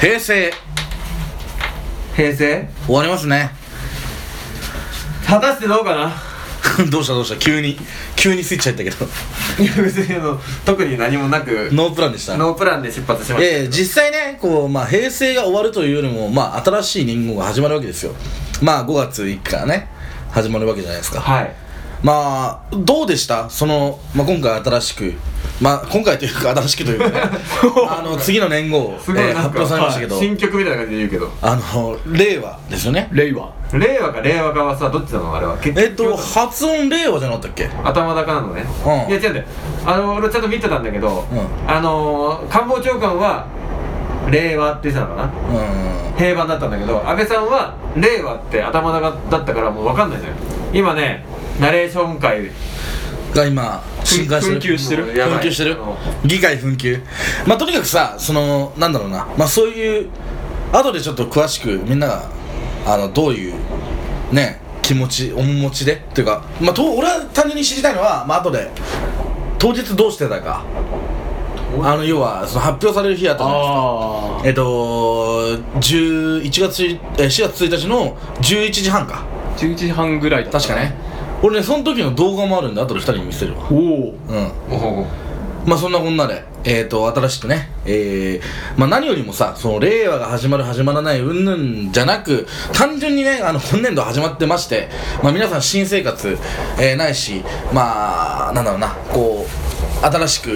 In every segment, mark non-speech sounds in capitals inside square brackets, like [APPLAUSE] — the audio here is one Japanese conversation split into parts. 平成平成終わりますね [LAUGHS] 果たしてどうかな [LAUGHS] どうしたどうした急に急にスイッチ入ったけど [LAUGHS] いや別にあの特に何もなくノープランでしたノープランで出発しましたええ実際ねこう、まあ、平成が終わるというよりも、まあ、新しい年号が始まるわけですよまあ5月1日からね始まるわけじゃないですかはいまあどうでしたその、まあ、今回新しくまあ今回というか新しくというかね [LAUGHS] あの次の年号、すごいえーなん発か、表されましたけど、新曲みたいな感じで言うけどあの令和ですよね令和令和か令和かはさどっちなのあれは結えっと発音令和じゃなかったっけ頭高なのね、うんいや違うんだよあの俺ちゃんと見てたんだけど、うんあのー、官房長官は令和って言ってたのかなう平和だったんだけど安倍さんは令和って頭高だったからもう分かんないじゃん今ねナレーション会んが今進化してる紛糾してるもうやばい紛糾してるあの議会紛糾まあとにかくさそのなんだろうなまあそういう後でちょっと詳しくみんながあのどういうね気持ち面持ちでっていうかまあと俺は単純に知りたいのはまあ後で当日どうしてたかあの要はその発表される日やったじゃないですかあえっと11月えー4月1日の11時半かあ11時半ぐらいだった確かね俺ねその時の動画もあるんで後で2人に見せるわおおうんおうまあそんなこんなで、えー、と新しくね、えーまあ、何よりもさその令和が始まる始まらない云々じゃなく単純にねあの今年度始まってまして、まあ、皆さん新生活、えーないしまあなんだろうなこう新しく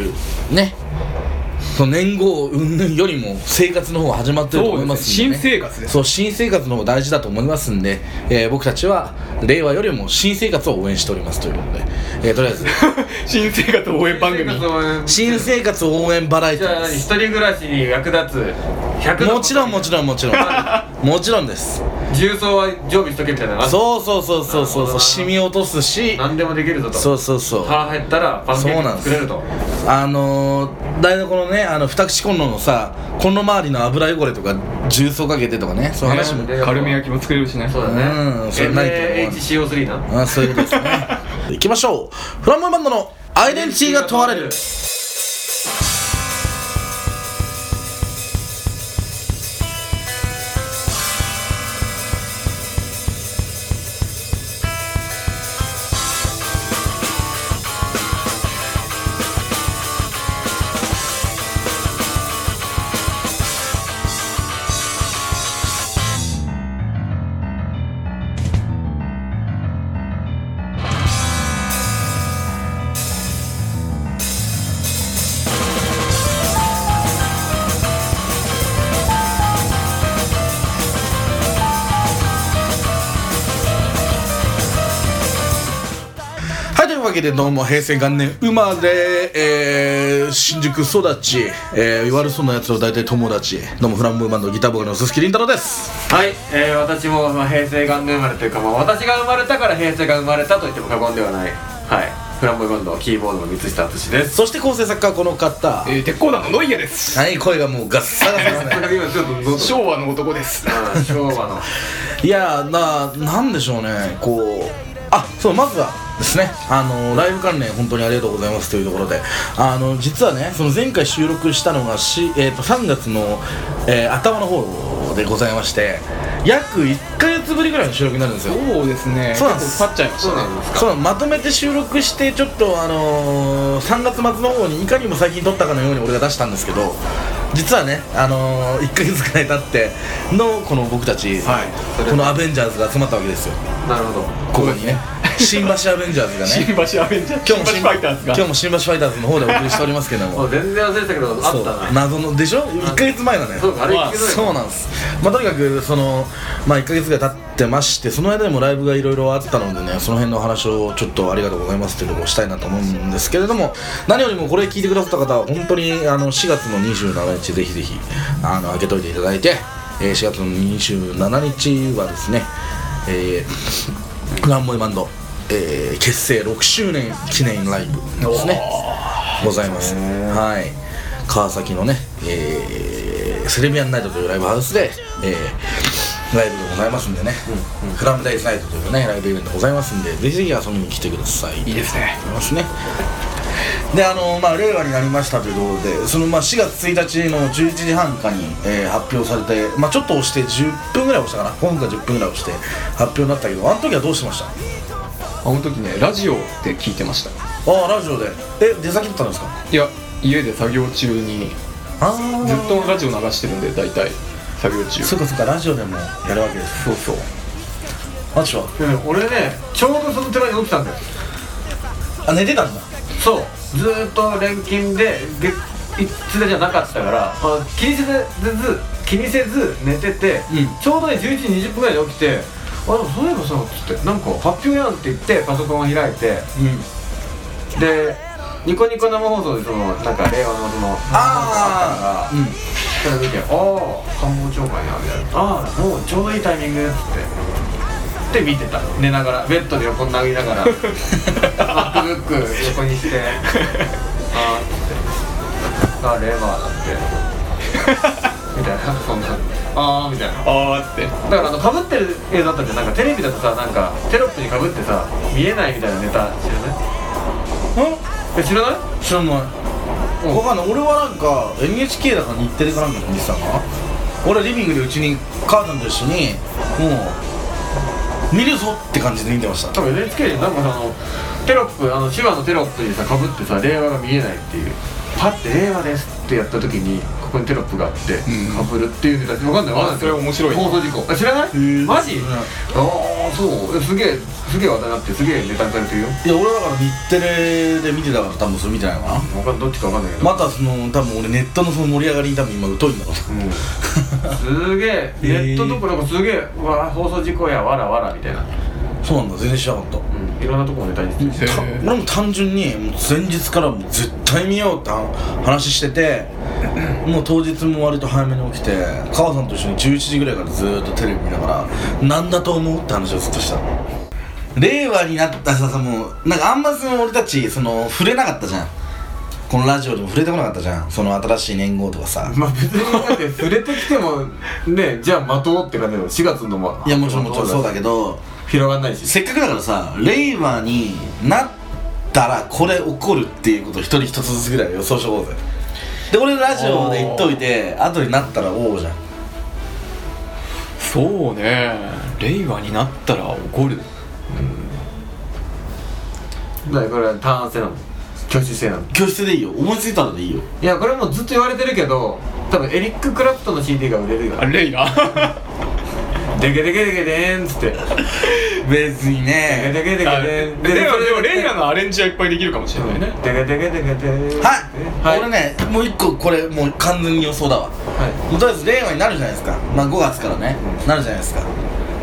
ねその年号云々よりも生活の方が始まってると思いますんで、ね、そうですね新生活ですそう新生活の方が大事だと思いますんで、えー僕たちは令和よりも新生活を応援しておりますということで、えーとりあえず新生活応援番組生活応援新生活応援バラエテじィーゃであす何一人暮らしに役立つ100のもちろんもちろんもちろんもちろんです重曹は常備しとけみたいなのあそうそうそうそうそうそう染み落とすし何でもできるぞとそうそうそう腹減ったらパンケそうなんでーキす作れるとあのー、台所のねあの二口コンロのさコンロ周りの油汚れとか重曹かけてとかねそういう話もねカルメ焼きも作れるしねそうだねうんそれないと思う MHCO3 なあそういうことです [LAUGHS] ね行きましょうフランボイバンドのアイデンティティが問われるはい、というわけでどうも平成元年生まれ、えー、新宿育ち、えー、悪そうなやつを大体友達どうもフランボーイバンドギターボーカルの鈴木凛太郎ですはい、えー、私も、まあ、平成元年生まれというか、まあ、私が生まれたから平成が生まれたと言っても過言ではないはいフランボイバンドキーボードの三下敦ですそして構成作家はこの方えー鉄鋼団のノイエですはい声がもうガッサガサですね今ちょっと喉が昭和の男ですうん昭和の [LAUGHS] いやーななんでしょうねこうあそうまずはですねあのライブ関連本当にありがとうございますというところであの実はねその前回収録したのがし、えー、と3月の、えー頭の方でございまして約1ヶ月ぶりぐらいの収録になるんですよそうですねそうなんですちょっと去っちゃいましそうたねなんですかそうまとめて収録してちょっとあのー、3月末の方にいかにも最近撮ったかのように俺が出したんですけど実はねあのー、1ヶ月くらい経ってのこの僕たち、いこのアベンジャーズが集まったわけですよなるほどここにね新橋アベンジャーズが [LAUGHS] 新ね橋アベンジャー今日新も橋ファイターズ今が日も新橋ファイターズの方でお送りしておりますけど [LAUGHS] ももう全然忘れてたけどあっそうたな謎のでしょ1ヶ月前だねそうかあれまあ聞けないそうなんです、まあ、とにかくその、まあ、1ヶ月が経ってましてその間にもライブがいろいろあったのでねその辺のお話をちょっとありがとうございますということをしたいなと思うんですけれども何よりもこれ聞いてくださった方は本当にあの4月の27日ぜひぜひあの開けといていただいて、えー4月の27日はですね、えー、グランボイバンド、えー結成6周年記念ライブですねございますはい川崎のね、えーセルビアンナイトというライブハウスで、えーライブでございますんでね、フラムダイスナイトというねライブイベントございますんでぜひぜひ遊びに来てくださいいいですねと思いますねであのまあ令和になりましたということでそのまあ4月1日の11時半かに、えー発表されてまあちょっと押して10分ぐらい押したかな5分か10分ぐらい押して発表になったけどあの時はどうしてましたあの時ねラジオで聞いてましたああラジオでえ出先だったんですかいや家で作業中にあずっとラジオ流してるんで大体作業中そっかそっかラジオでもやるわけですそうそうあっちはうん俺ねちょうどその寺に起きたんだよあ寝てたんだそうずーっと連勤で月一でじゃなかったから、まあ、気にせず気にせず寝てて、うんちょうどね11時20分ぐらいに起きてあでもそういえばさつってなんか発表やんって言ってパソコンを開いてうんでニコニコ生放送でそのなんか令和のそのああ生放送があったからそれ見て「ああ官房長官や」みたいな「ああもうちょうどいいタイミング」っつってで見てた寝ながらベッドで横になりながら MacBook 横にして「ああ」っつって「ああ令和だって」みたいなそんな「ああ」みたいなあーってだからあのかぶってる映像だったじゃんなんかテレビだとさなんかテロップにかぶってさ見えないみたいなネタ知らないんえ知らない知らないうんわかんない俺はなんか NHK だから日テレかなんかで見てたのかな俺はリビングでうちに母さんと一緒にもう見るぞって感じで見てました多分 NHK でなんかそのテロップあの手話のテロップにさかぶってさ令和が見えないっていうパッて「令和です」ってやった時にここにテロップがあってんかぶるっていうネタわかんないわかんないあそれ面白い放送事故あ知らないーマジ知らないああそうえすげえすげえ話題になってすげえネタにされてるよいや俺だから日テレで見てたから多分それ見てないのかなわかんどっちかわかんないけど、またその多分俺ネットのその盛り上がりに多分今疎いんだろううん、すげえネットどころかすげえうわ放送事故やわらわらみたいな、そうなんだ全然知らなかっうん、いろんなとこをネタにしてるたた俺も単純にもう前日からもう絶対見ようって話しててもう当日も割と早めに起きて母さんと一緒に11時ぐらいからずーっとテレビ見ながらなんだと思うって話をずっとした令和になったささもうなんかあんまその俺たちその触れなかったじゃんこのラジオでも触れてこなかったじゃんその新しい年号とかさまあ別にだって触れてきてもねじゃあ待とうって感じだよ4月のもいやもちろんもちろんそうだけど広がんないしせっかくだからさ令和になったらこれ起こるっていうことを一人一つずつぐらい予想しとこうぜで俺ラジオで言っといて後になったらおうじゃんそうね令和になったら怒るだからこれはターン制なの挙手制なの教室でいいよ思いついたのでいいよいやこれもうずっと言われてるけど多分エリック・クラプトンの CD が売れるよあレイラデケデケデケデーンっつってデ別にケデねケデケデでーンもでも [LAUGHS] レイララのアレンジはいっぱいできるかもしれないねデケデケデケデーンはい、はい俺ねもう一個これもう完全に予想だわはもうとりあえず令和になるじゃないですかまあ5月からね、なるじゃないですか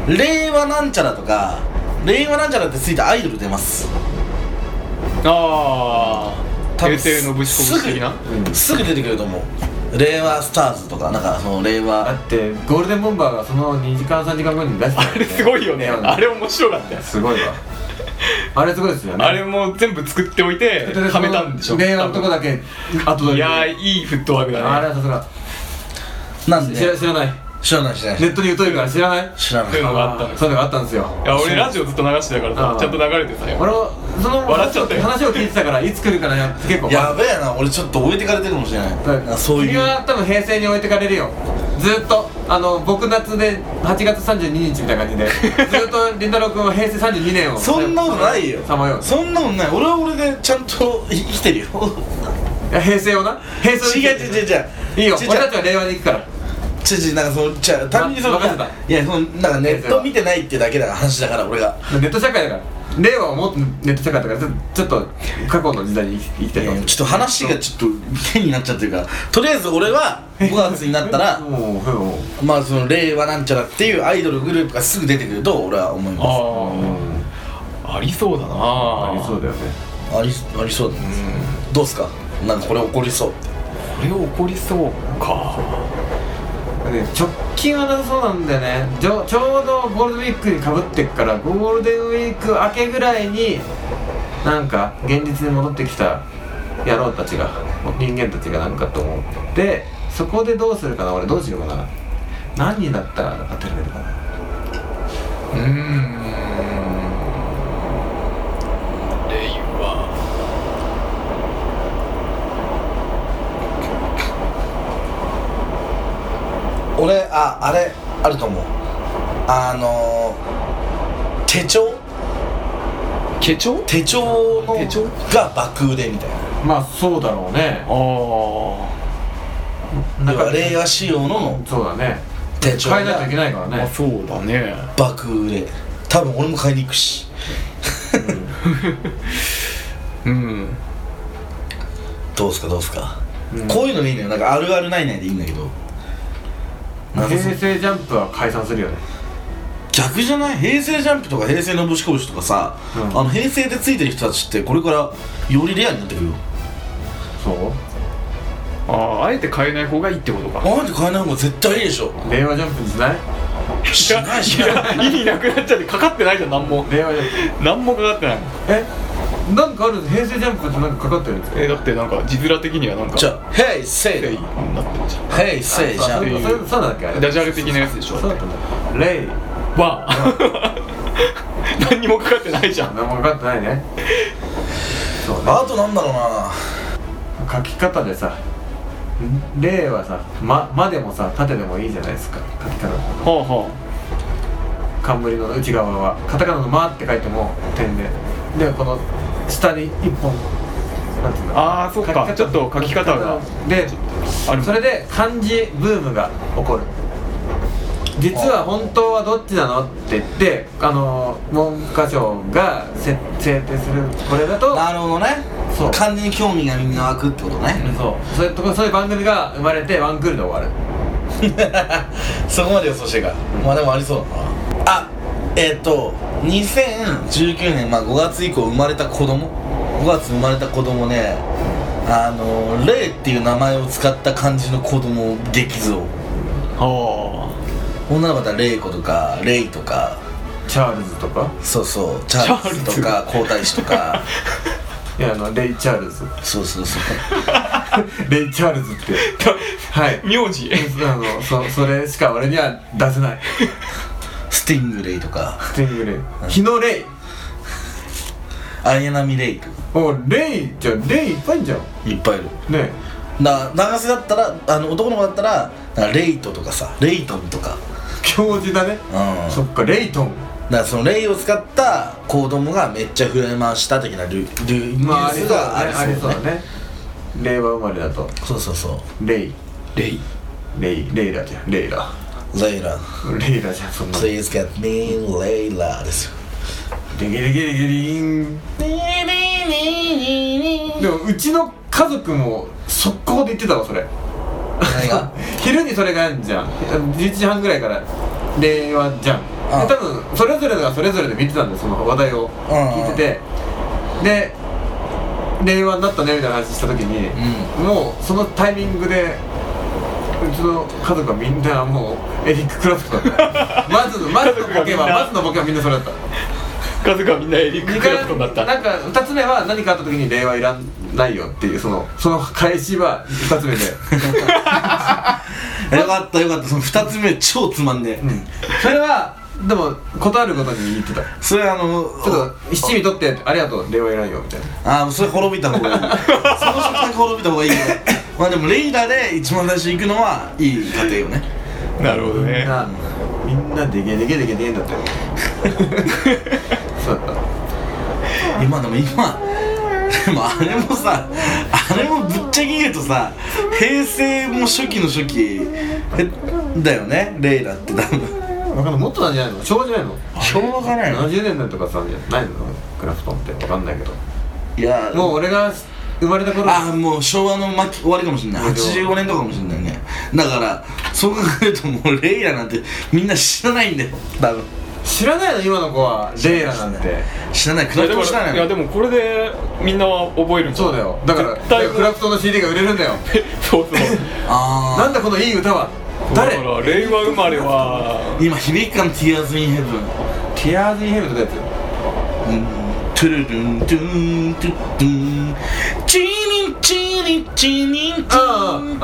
令和なんちゃらとか令和なんちゃらってついたアイドル出ますああ多分平成のぶしこぶし的なすぐすぐ出てくると思う令和スターズとかなんかその令いだ和ってゴールデンボンバーがその2時間3時間後に出したあれすごいよねあれ面白かったよすごいわあれすごいですよねあれも全部作っておいてはめたんでしょ令和のとこだけ後いでやーいいフットワークあだれねはさすがなんで知ら知らない知らない知らないネットに疎いから知らない知らなそういういのがあったんですそういうのがあったんですよいや俺ラジオずっと流してたからうさんちゃんと流れてたよ俺もその笑っちゃったよ話を聞いてたからいつ来るかな結構やべえな俺ちょっと置いてかれてるかもしれないなんかそうい君うは多分平成に置いてかれるよずっとあの僕夏で8月32日みたいな感 [LAUGHS] じでずっとりんたろう君は平成32年をそんなことないよさまようそんなことない俺は俺でちゃんと生きてるよいや平成をな平成を生き違てう違う違う違ういいよ違う俺たちは令和に行くから違う違うなんかそのじゃ単にその任せたいやそのなんかネット見てないってだけだから話だから俺がネット社会だから令和はもっとネット社会だからちょちょっと過去の時代に生き生いきてやるいやちょっと話がちょっと変になっちゃってるからとりあえず俺は5月になった [LAUGHS] らもうもうまあその令和なんちゃらっていうアイドルグループがすぐ出てくると俺は思いまああありそうだなありそうだよねすありありそうだねどうっすかなんかこれ起こりそうってこれ怒りそうかね直近はなさそうなんだよねちょちょうどゴールデンウィークにかぶってっからゴールデンウィーク明けぐらいになんか現実に戻ってきた野郎たちが人間たちがなんかと思ってそこでどうするかな俺どうしようかな何になったら当てられるかなうーん令和俺ああれあると思うあのー手帳手帳手帳の手帳が爆売れみたいなまあそうだろうねああ要はレイヤー仕様のそうだね手帳変えないとがいけないからあねそうだね爆売れ多分俺も買いに行くしうんどうすかどうすか、こういうのでいいのよなんかあるあるないないでいいんだけど謎す平成ジャンプは解散するよね逆じゃない平成ジャンプとか平成のぶしこぶしとかさ、うんあの平成でついてる人たちってこれからよりレアになってくるよそうあああえて変えない方がいいってことかあえて買えない方が絶対いいでしょ令和ジャンプにしないしないしない意味なくなっちゃってかかってないじゃん何も令和ジャン何もかかってないプえなんかある平成ジャンプってなんかかかってるんですかえだってなんか字面的にはなんかじゃあ「平成レイになってるじゃん平成ジそャンうプんそうそうなんだっけあれダジャレ的なやつでしょそうだったんだレイわあ [LAUGHS] 何にもかかってないじゃん何もかかってないねそうねあとなんだろうな書き方でさ「例はさ「ま」までもさ縦でもいいじゃないですか書き方ほうほ冠の内側はカタカナの「ま」って書いても点ででこの下に一本なんていうんだあーそっかちょっと書き方がであるそれで漢字ブームが起こる実は本当はどっちなのって言ってあの文科省がせ制定するこれだとなるほどねそう漢字に興味がみんな湧くってことねそうそういうとこそういう番組が生まれてワンクールで終わるそこまで予想してかまあでもありそうだなあえっ、と2019年、まあ、5月以降生まれた子供5月生まれた子供ねあの「霊」っていう名前を使った漢字の子供激増は女の子だったら「霊子」とか「霊」とかチャールズとかそうそうチャールズとか皇太子とかいやあのレイ・チャールズそうそうそうレイ・チャールズ [LAUGHS] ってはいあ名字あのそそれしか俺には出せないスティングレイとかスティングレイ日のレイ綾波レイとかおレイじゃんレイいっぱいいんじゃんねいっぱいいるえな長瀬だったらあの男の子だったらなんかレイトとかさレイトンとか教授だねうんだそかっかレイトンらそのレイを使った子供がめっちゃ増えました的なルルニュースがありありそそううねだね令和生まれだとそうそうそレイレイレイレイラじゃんレイラうレイラレイラじゃんそんなデ Please get me レイラですよ [LAUGHS] ギデギデギリンでもうちの家族も速攻で言ってたわそれ何が昼にそれがやんじゃん11時半ぐらいから令和じゃんああで多分それぞれがそれぞれで見てたんでその話題をうんうん聞いててで令和になったねみたいな話した時に、もうそのタイミングでうちの家族はみんなもうエリック・クラプトンだ [LAUGHS] ったまずまずのボケはまずのボケはみんなそれだった家族はみんなエリック・二ク回ラプトンだったなんか2つ目は何かあった時に令和いらないよっていうそのその返しは2つ目で [LAUGHS] うんよかったよかったその2つ目超つまんねえ、うんそれはでも断ることに言ってたそれあのちょっと七味取ってありがとう令和いらんよみたいなああそれ滅びた方 [LAUGHS] がいいその瞬間滅びた方がいいよまあでもレイラで一番最初に行くのはいい家庭よねなるほどみねんなみんなでげでげでげでげんだったよそうだっ今でも今でもあれもさあれもぶっちゃけ言うとさ平成も初期の初期えだよねレイラって多分たわかんないもっとなんじゃないの昭和じゃないの昭和かね70年代とかさじゃないのクラフトンってわかんないけどいやもう俺が生まれた頃ああもう昭和の末期終わりかもしんない85年とかかもしんないねだからそう考えるともうレイラなんてみんな知らないんだよ多分知らないの今の子はレイラなんて知らないクいラフやでトもも知らないいやのでもこれでみんなは覚えるんじゃそうないだよだから絶対クラフトンの CD が売れるんだよ [LAUGHS] そうそうああなんだこのいい歌は誰だから令和生まれは今響くかの Tears in Heaven ティアーズ・イン・ヘブンってやつうんトゥルルントゥーントゥットゥーンチリンチリンチリンチリンうんうん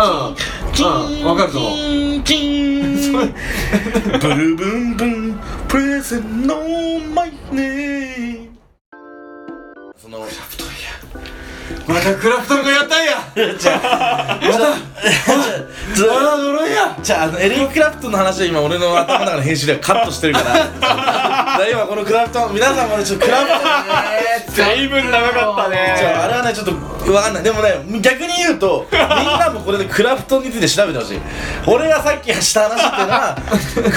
チうんわかるぞンチンブルブンブンプレゼンのマイネーそのまたクラフトンがやったんやまたずまた呪いやじゃああのエリック・クラプトンの話は今俺の頭の中の編集ではカットしてるから [LAUGHS] だから今このクラプトン皆さんもねちょっとクラプトンねだいぶ長かったじゃああねれはねちょっとわかんないでもね逆に言う [LAUGHS] とみんなもこれでクラフトンについて調べてほしい俺がさっきした話っていうのは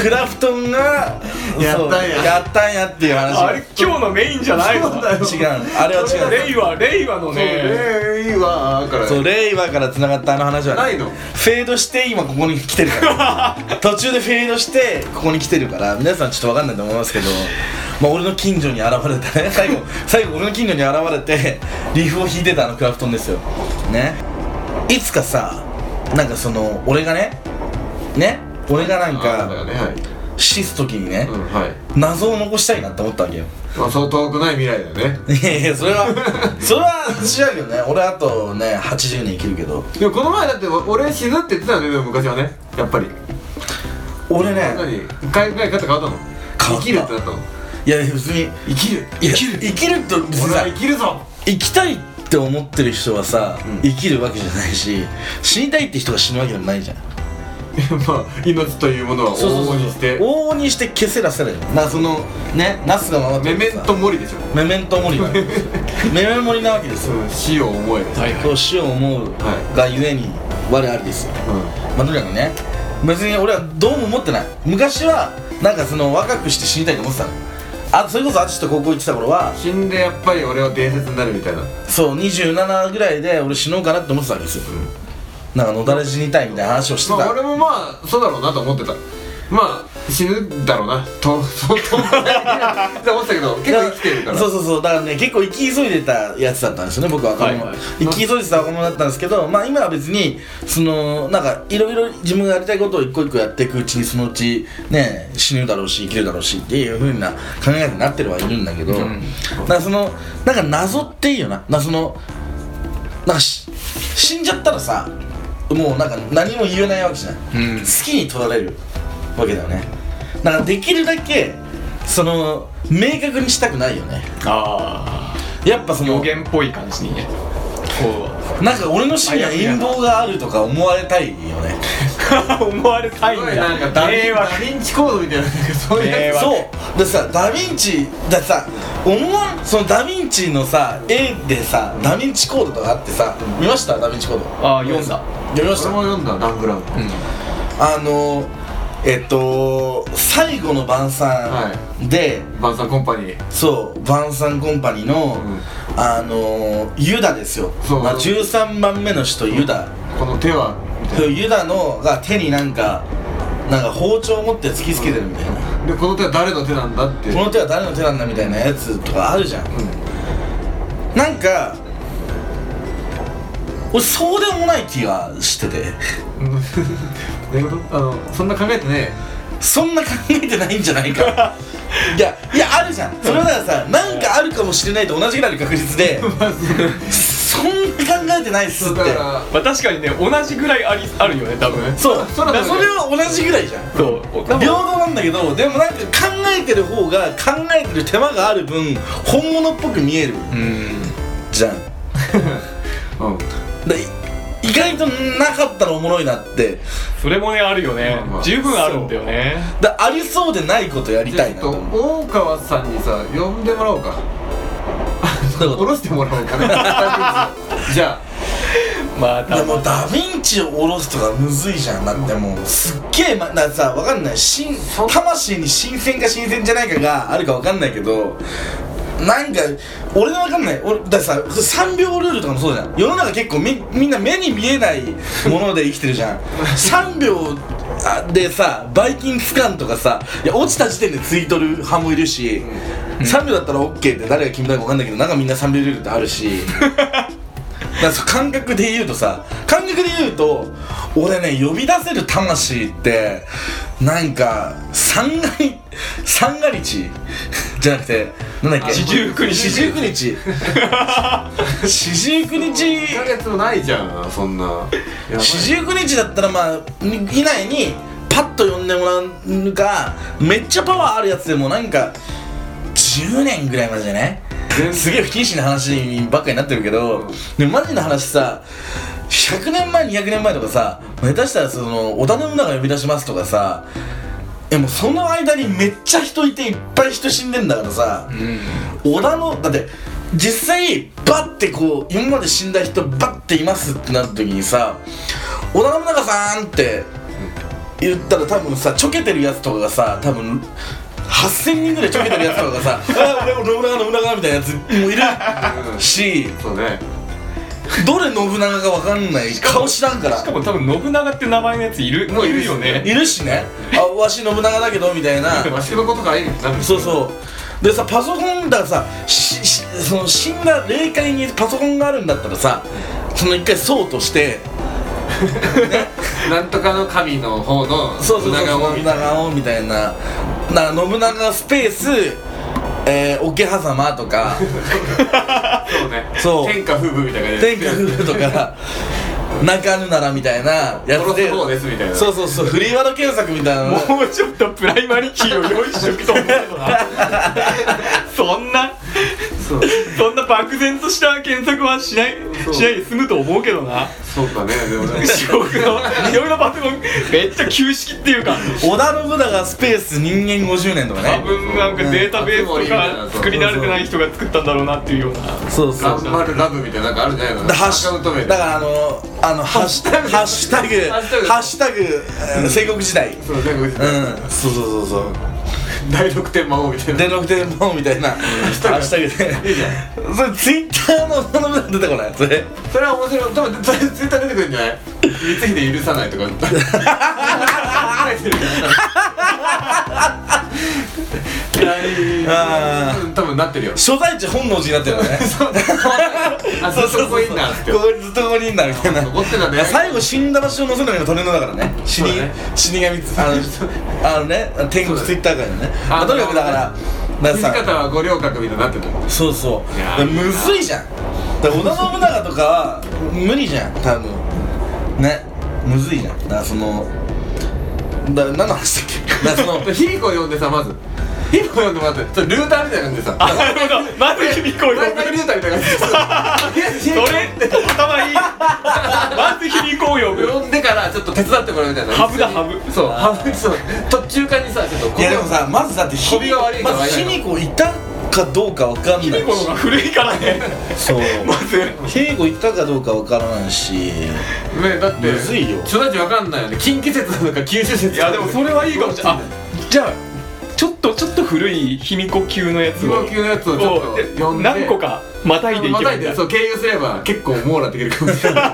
クラフトンがやったんやそうやったんやっていう話あれ今日のメインじゃないのだよ違うあれは違う令和令和 [LAUGHS] のね令和からそう令和から繋がったあの話はねないのフェードして今ここに来てるから [LAUGHS] 途中でフェードしてここに来てるから皆さんちょっとわかんないと思いますけどまあ俺の近所に現れたね [LAUGHS] 最後最後俺の近所に現れてリフを弾いてたあのクラフトンですよねいつかさなんかその俺がねね俺がなんあそうだかよねはい死す時にねうんはい謎を残したいなって思ったわけよまあそう遠くない未来だよねいやいやそれ [LAUGHS] はそれは違うけどね俺あとね80年生きるけどでもこの前だって俺死ぬって言ってたよねでも昔はねやっぱり俺ね何考え方変わったのた生きるってなったのいや別に生きるいや生きる生きると別に俺さは生きるぞ生きたいって思ってる人はさ、生きるわけじゃないし死にたいって人が死ぬわけでもないじゃん [LAUGHS] まあ命というものは往々にして往々にして消せらせないなそのねなすがままといメうかメさントモリでしょメメントモリなわけですよメメモリなわけですよ、うん死を思えるはいそう死を思うはいがゆえに我ありですようまあとにかくね別に俺はどうも思ってない昔はなんかその若くして死にたいと思ってたのあそれこそ淳と高校行ってた頃はん死んでやっぱり俺は伝説になるみたいなそう27ぐらいで俺死のうかなって思ってたわけですよ、なんか野だれ死にたいみたいな話をしてた、まあ俺もまあそうだろうなと思ってたまあ死ぬだろうなとそうと思ってた [LAUGHS] って思ってたけど結構生きてるからそうそうそうだからね結構生き急いでたやつだったんですよね僕は若者、はいはい生き急いでた若者だったんですけどまあ今は別にそのなんかいろいろ自分がやりたいことを一個一個やっていくうちにそのうちね死ぬだろうし生きるだろうしっていう風な考えになってるはいるんだけど、んだからそのなんか謎っていいよななそのなんかし死んじゃったらさもうなんか何も言えないわけじゃない、うん好きに取られるわけだよねだからできるだけその明確にしたくないよねあやっぱそあ予の言っぽい感じにねこなんか俺の死には陰謀があるとか思われたいよねう [LAUGHS] 思われたいんだなんかダヴィ令ン和ダヴィンチコードみたいななんかそういうやつ令和そうでさダヴィンチだってさ思わんそのダヴィンチのさ絵でさダヴィンチコードとかあってさ見ましたダヴィンチコードああ読んだ読みまし俺たも読んだダン・ブラウンうんあのえっと最後の晩餐で、バンサーコンパニーそう晩餐コンパニーの、うあのユダですよそうまあ、13番目の人ユダ、この手はみたいユダのが手になんかなんか包丁を持って突きつけてるみたいな、なでこの手は誰の手なんだってこの手は誰の手なんだみたいなやつとかあるじゃん、なんか俺そうでもない気がしててどういうことあのそん [LAUGHS] な考えてねそんな考えてないんじゃないかいやいやあるじゃんそれならさなんかあるかもしれないと同じぐらいの確率でそんな考えてないっすっだてからまあ確かにね同じぐらいありあるよね多分そうそそられだよねは同じぐらいじゃんそう平等なんだけどでもなんか考えてる方が考えてる手間がある分本物っぽく見えるうんじゃんうんだい意外となかったらおもろいなってそれもねあるよね、まあまあ十分あるんだよねだありそうでないことやりじたゃあいちなょっと思とう大川さんにさ呼んでもらおうかどういう下ころしてもらおうかな [LAUGHS] じゃまあとで多分もダヴィンチを下ろすとかむずいじゃんだってもうすっげえ、ま、だからさわかんない新魂に新鮮か新鮮じゃないかがあるかわかんないけどなんか俺のわかんない俺だってさ3秒ルールとかもそうじゃん世の中結構みみんな目に見えないもので生きてるじ [LAUGHS] ゃん3秒あでさばい菌つかんとかさいや落ちた時点でついとる派もいるし、3秒だったら OK って誰が決めたかわかんないけどなんかみんな3秒ルールってあるしだからそう感覚で言うとさ感覚で言うと俺ね呼び出せる魂ってなんか三が日三が日じゃなくてなんだっけ四十九日四十九日四十九あ1ヶ日月もないじゃんそんなやばい四十九日だったらまあに以内にパッと呼んでもらうかめっちゃパワーあるやつでもなんか10年ぐらいまでじゃない全然すげえ不謹慎な話ばっかになってるけどでもマジな話さ100年前200年前とかさ下手したらその織田信長呼び出しますとかさえもうその間にめっちゃ人いていっぱい人死んでんだからさ、織田のだって実際バッてこう今まで死んだ人バッていますってなった時にさ織田信長さんって言ったら多分さちょけてるやつとかがさ多分8000人ぐらいちょけてるやつとかがさ「 [LAUGHS] ああ俺も信長信長」みたいなやつもいるしそうねどれ信長か分かんない顔知らんからしかも多分信長って名前のやついるもういるよねいるしね「あわし信長だけど」みたいなわしのことがいいってなるそうそうでさパソコンだからさししその死んだ霊界にパソコンがあるんだったらさその一回そうとしてなんとかの神の方のそうそうそう長尾信長をみたいなな信長スペースえー、桶狭間とかそうねそう天下不武みたいな感じで天下風流とか泣かぬならみたいなやつ殺です方ですみたいなそうそうそうフリーワード検索みたいなのもうちょっとプライマリキーを用意しとくと思うよ [LAUGHS] なそんなそうそんな漠然とした検索はしないそうしないで済むと思うけ [LAUGHS] どなそうかねでもね四国のいろいろパソコンめっちゃ旧式っていうか織田信長スペース人間50年とか多ね分なんかデータベースとか作り慣れてない人が作ったんだろうなっていうようなそうそう頑張るラブみたいななんかあるんじゃないのだハッシアカウント名ュだからあのあのハッシュタグハッシュタグハッシュタグハッシュタグうん戦国時代うんそう全部そうそうそうそう第六天魔王みたいな電力天皇みたいなハッシュタグでいいじゃんそれツイッターのもの出てこないそれそれは面白い多分ツイッター出てくるんじゃない光秀許さないとかあ多分なってるよ所在地本能寺になってるのねあそそこいいんだってここにずっとここにいんだみたいな残ってたんだいよや最後死んだ場所を載せるのがトレンドだからね死にそうだね死神あの [LAUGHS] あのね天国ツイッターからねまあとにかくだからだから生きさ方は五稜郭みたいになってるもんそうそいやうでむずいじゃんだから織田信長とかは無理じゃん多分ねむずいじゃんだからそのだから何の話だっけだ [LAUGHS] からその卑弥呼呼んでさまず卑弥呼呼んでもらってちょっとルーターみたいな感じでさあなるほどまず卑弥呼呼ぶ大体ルーターみたいな感じでさとりあえずそ卑弥呼れ頭いいまず卑弥呼呼ぶ呼んでからちょっと手伝ってもらうみたいなハブだハブそうハブそう途中間にさちょっといやでもさまずだって卑媚びが悪いからまず卑弥呼いたかどうかわかんないし卑弥呼の方が古いからねそうまず卑弥呼いたかどうかわからないしねだってむずいよ初代地わかんないよね近畿説なのか九州説いやでもそれはいいかもしれないあじゃあちょっとちょっと古い卑弥呼級のやつ不を合級のやつをちょっと呼んで何個かまたいでいまけたばいいいんだでそう経由すれば結構網羅できるかもしれない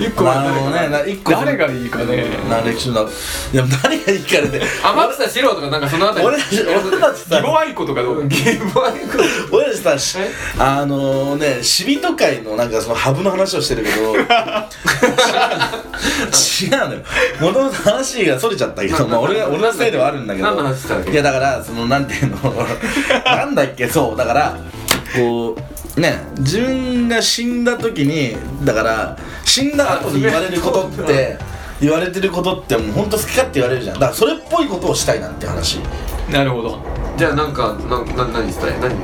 一個はなるほどね誰なか一個誰がいいかねな歴史のいや誰がいいかれて [LAUGHS] 天草四郎とかなんかそのあたり俺たち俺たち義さ母愛子とかどうゲームワイク俺たちさしえあのね死人会のなんかそのハブの話をしてるけ [LAUGHS] ど違うのよもともと話がそれちゃったけど、まあ、俺が俺のせいではあるんだけど何の話したっけいやだからそのなんていうの [LAUGHS] なんだっけそうだからこうね自分が死んだ時にだから死んだ後に言われることって言われてることってもう本当好きかって言われるじゃんだからそれっぽいことをしたいなんて話なるほどじゃあなんかなな何したい何かね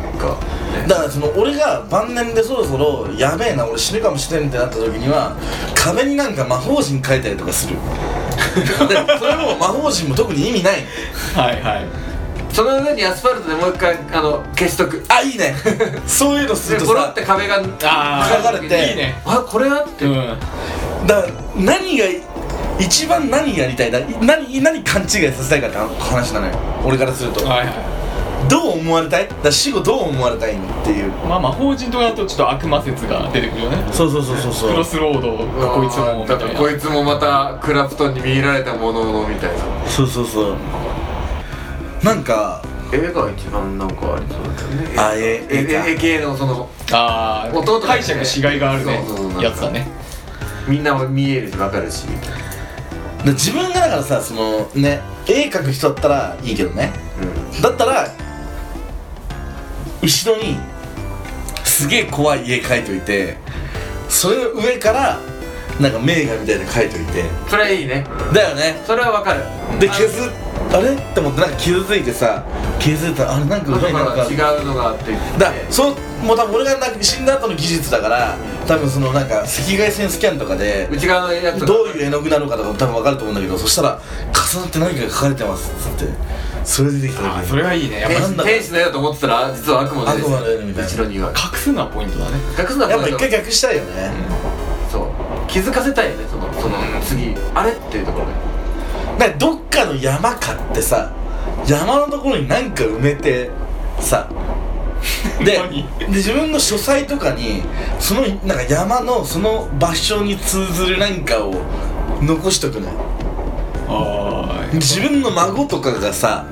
だからその俺が晩年でそろそろやべえな俺死ぬかもしれんってなった時には壁になんか魔法陣書いたりとかするでそれも魔法陣も特に意味ないはいはいその上にアスファルトでもう一回あの消しとくあいいね [LAUGHS] そういうのすでるとポロっさて壁があー剥がれていいねあこれはってうんだから何が一番何やりたいだ何何勘違いさせたいかって話なのよ俺からするとはいはどう思われたいだから死後どう思われたいっていういまあ魔法陣とかだとちょっと悪魔説が出てくるよねそうそうそうそうクそロうスロードがこいつもみただかいらなこいつもまたクラプトンに見入られたもののみたいなそうそうそうなんか絵が一番なんかありそうだよねあ絵絵か絵絵系のそのああ弟がね解釈しがいがあるねそうそうそうやつだねみんなも見えるし分かるしで自分がだからさそのね絵描く人だったらいいけどねうだったら後ろにすげえ怖い絵描いといてそれの上からなんか名画みたいなの描いといてんそれはいいねだよねそれは分かるで削っあれって思ってなんか傷ついてさ傷ついたあれなんかあ上手いとなかんから違うのがあってだそのもう多分俺がな死んだ後の技術だから多分そのなんか赤外線スキャンとかで内側のやつどういう絵の具なのかとか多分分かると思うんだけどそしたら重なって何かが書かれてますっつってそれで出てきたあー時そにれはいいねやっ天ぱ使天使の絵だと思ってたら実は悪魔の絵です悪魔の絵みたいなうちの庭隠すのはポイントだね隠すのはやっぱ一回これ逆したいよね、そう気づかせたいよねそのその次あれっていうところでなんかどっかの山買ってさ山のところに何か埋めて [LAUGHS] さで何で自分の書斎とかにそのなんか山のその場所に通ずる何かを残しとくのよあ自分の孫とかがさ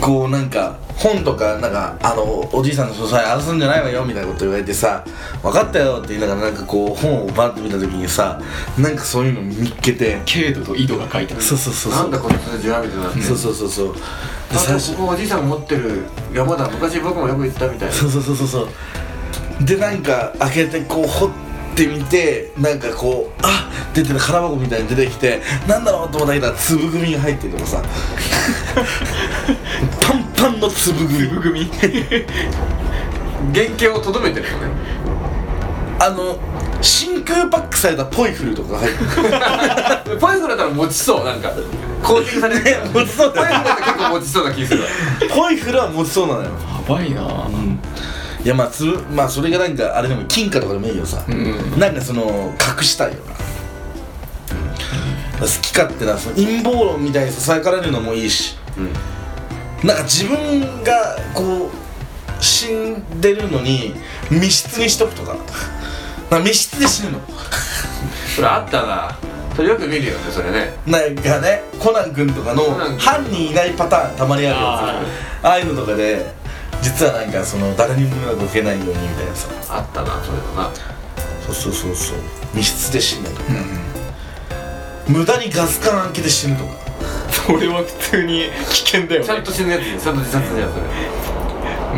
こうなんか本とかなんかあのおじいさんの書斎荒らすんじゃないわよみたいなこと言われてさ分かったよって言いながらなんかこう本をバッて見た時にさなんかそういうの見っけて軽度と緯度が書いてあるそうそうそうなそんだうこいつの弱みたいなってそうそうそうそうで最あ初とここおじいさんが持ってる山だ昔僕もよく行ったみたいなそうそうそうそうそうでなんか開けてこう掘ってみてなんかこうあ出てる空箱みたいに出てきてなんだろうと思ったけど粒組が入ってるとか [LAUGHS] さパンパンの粒組粒組原型をとどめてるよね [LAUGHS] あの真空パックされたポイフルとかが入ってるポイ [LAUGHS] フルだったら持ちそうなんかコーティングされてるから [LAUGHS] 持ちそう [LAUGHS] ポイフルだよだったら結構持ちそうな気するわポイフルは持ちそうなのよやばいなうんいやまあつぶまあそれがなんかあれでも金貨とかでもいいけどさ、んなんかその隠したいよな好き勝手なその陰謀論みたいにささやかれるのもいいし、なんか自分がこう死んでるのに密室にしとくとかなんか密室で死ぬのそれあったなそれよく見るよねそれねなんかねコナン君とかのナン君犯人いないパターンたまにあるやつああいうのとかで実はなんかその誰にも迷惑かけないようにみたいなさあったなそれだなそうそうそうそう密室で死ぬとか、無駄にガス管開けて死ぬとかそれは普通に危険だよねちゃんと死ぬやつねちゃんと自殺だよそれ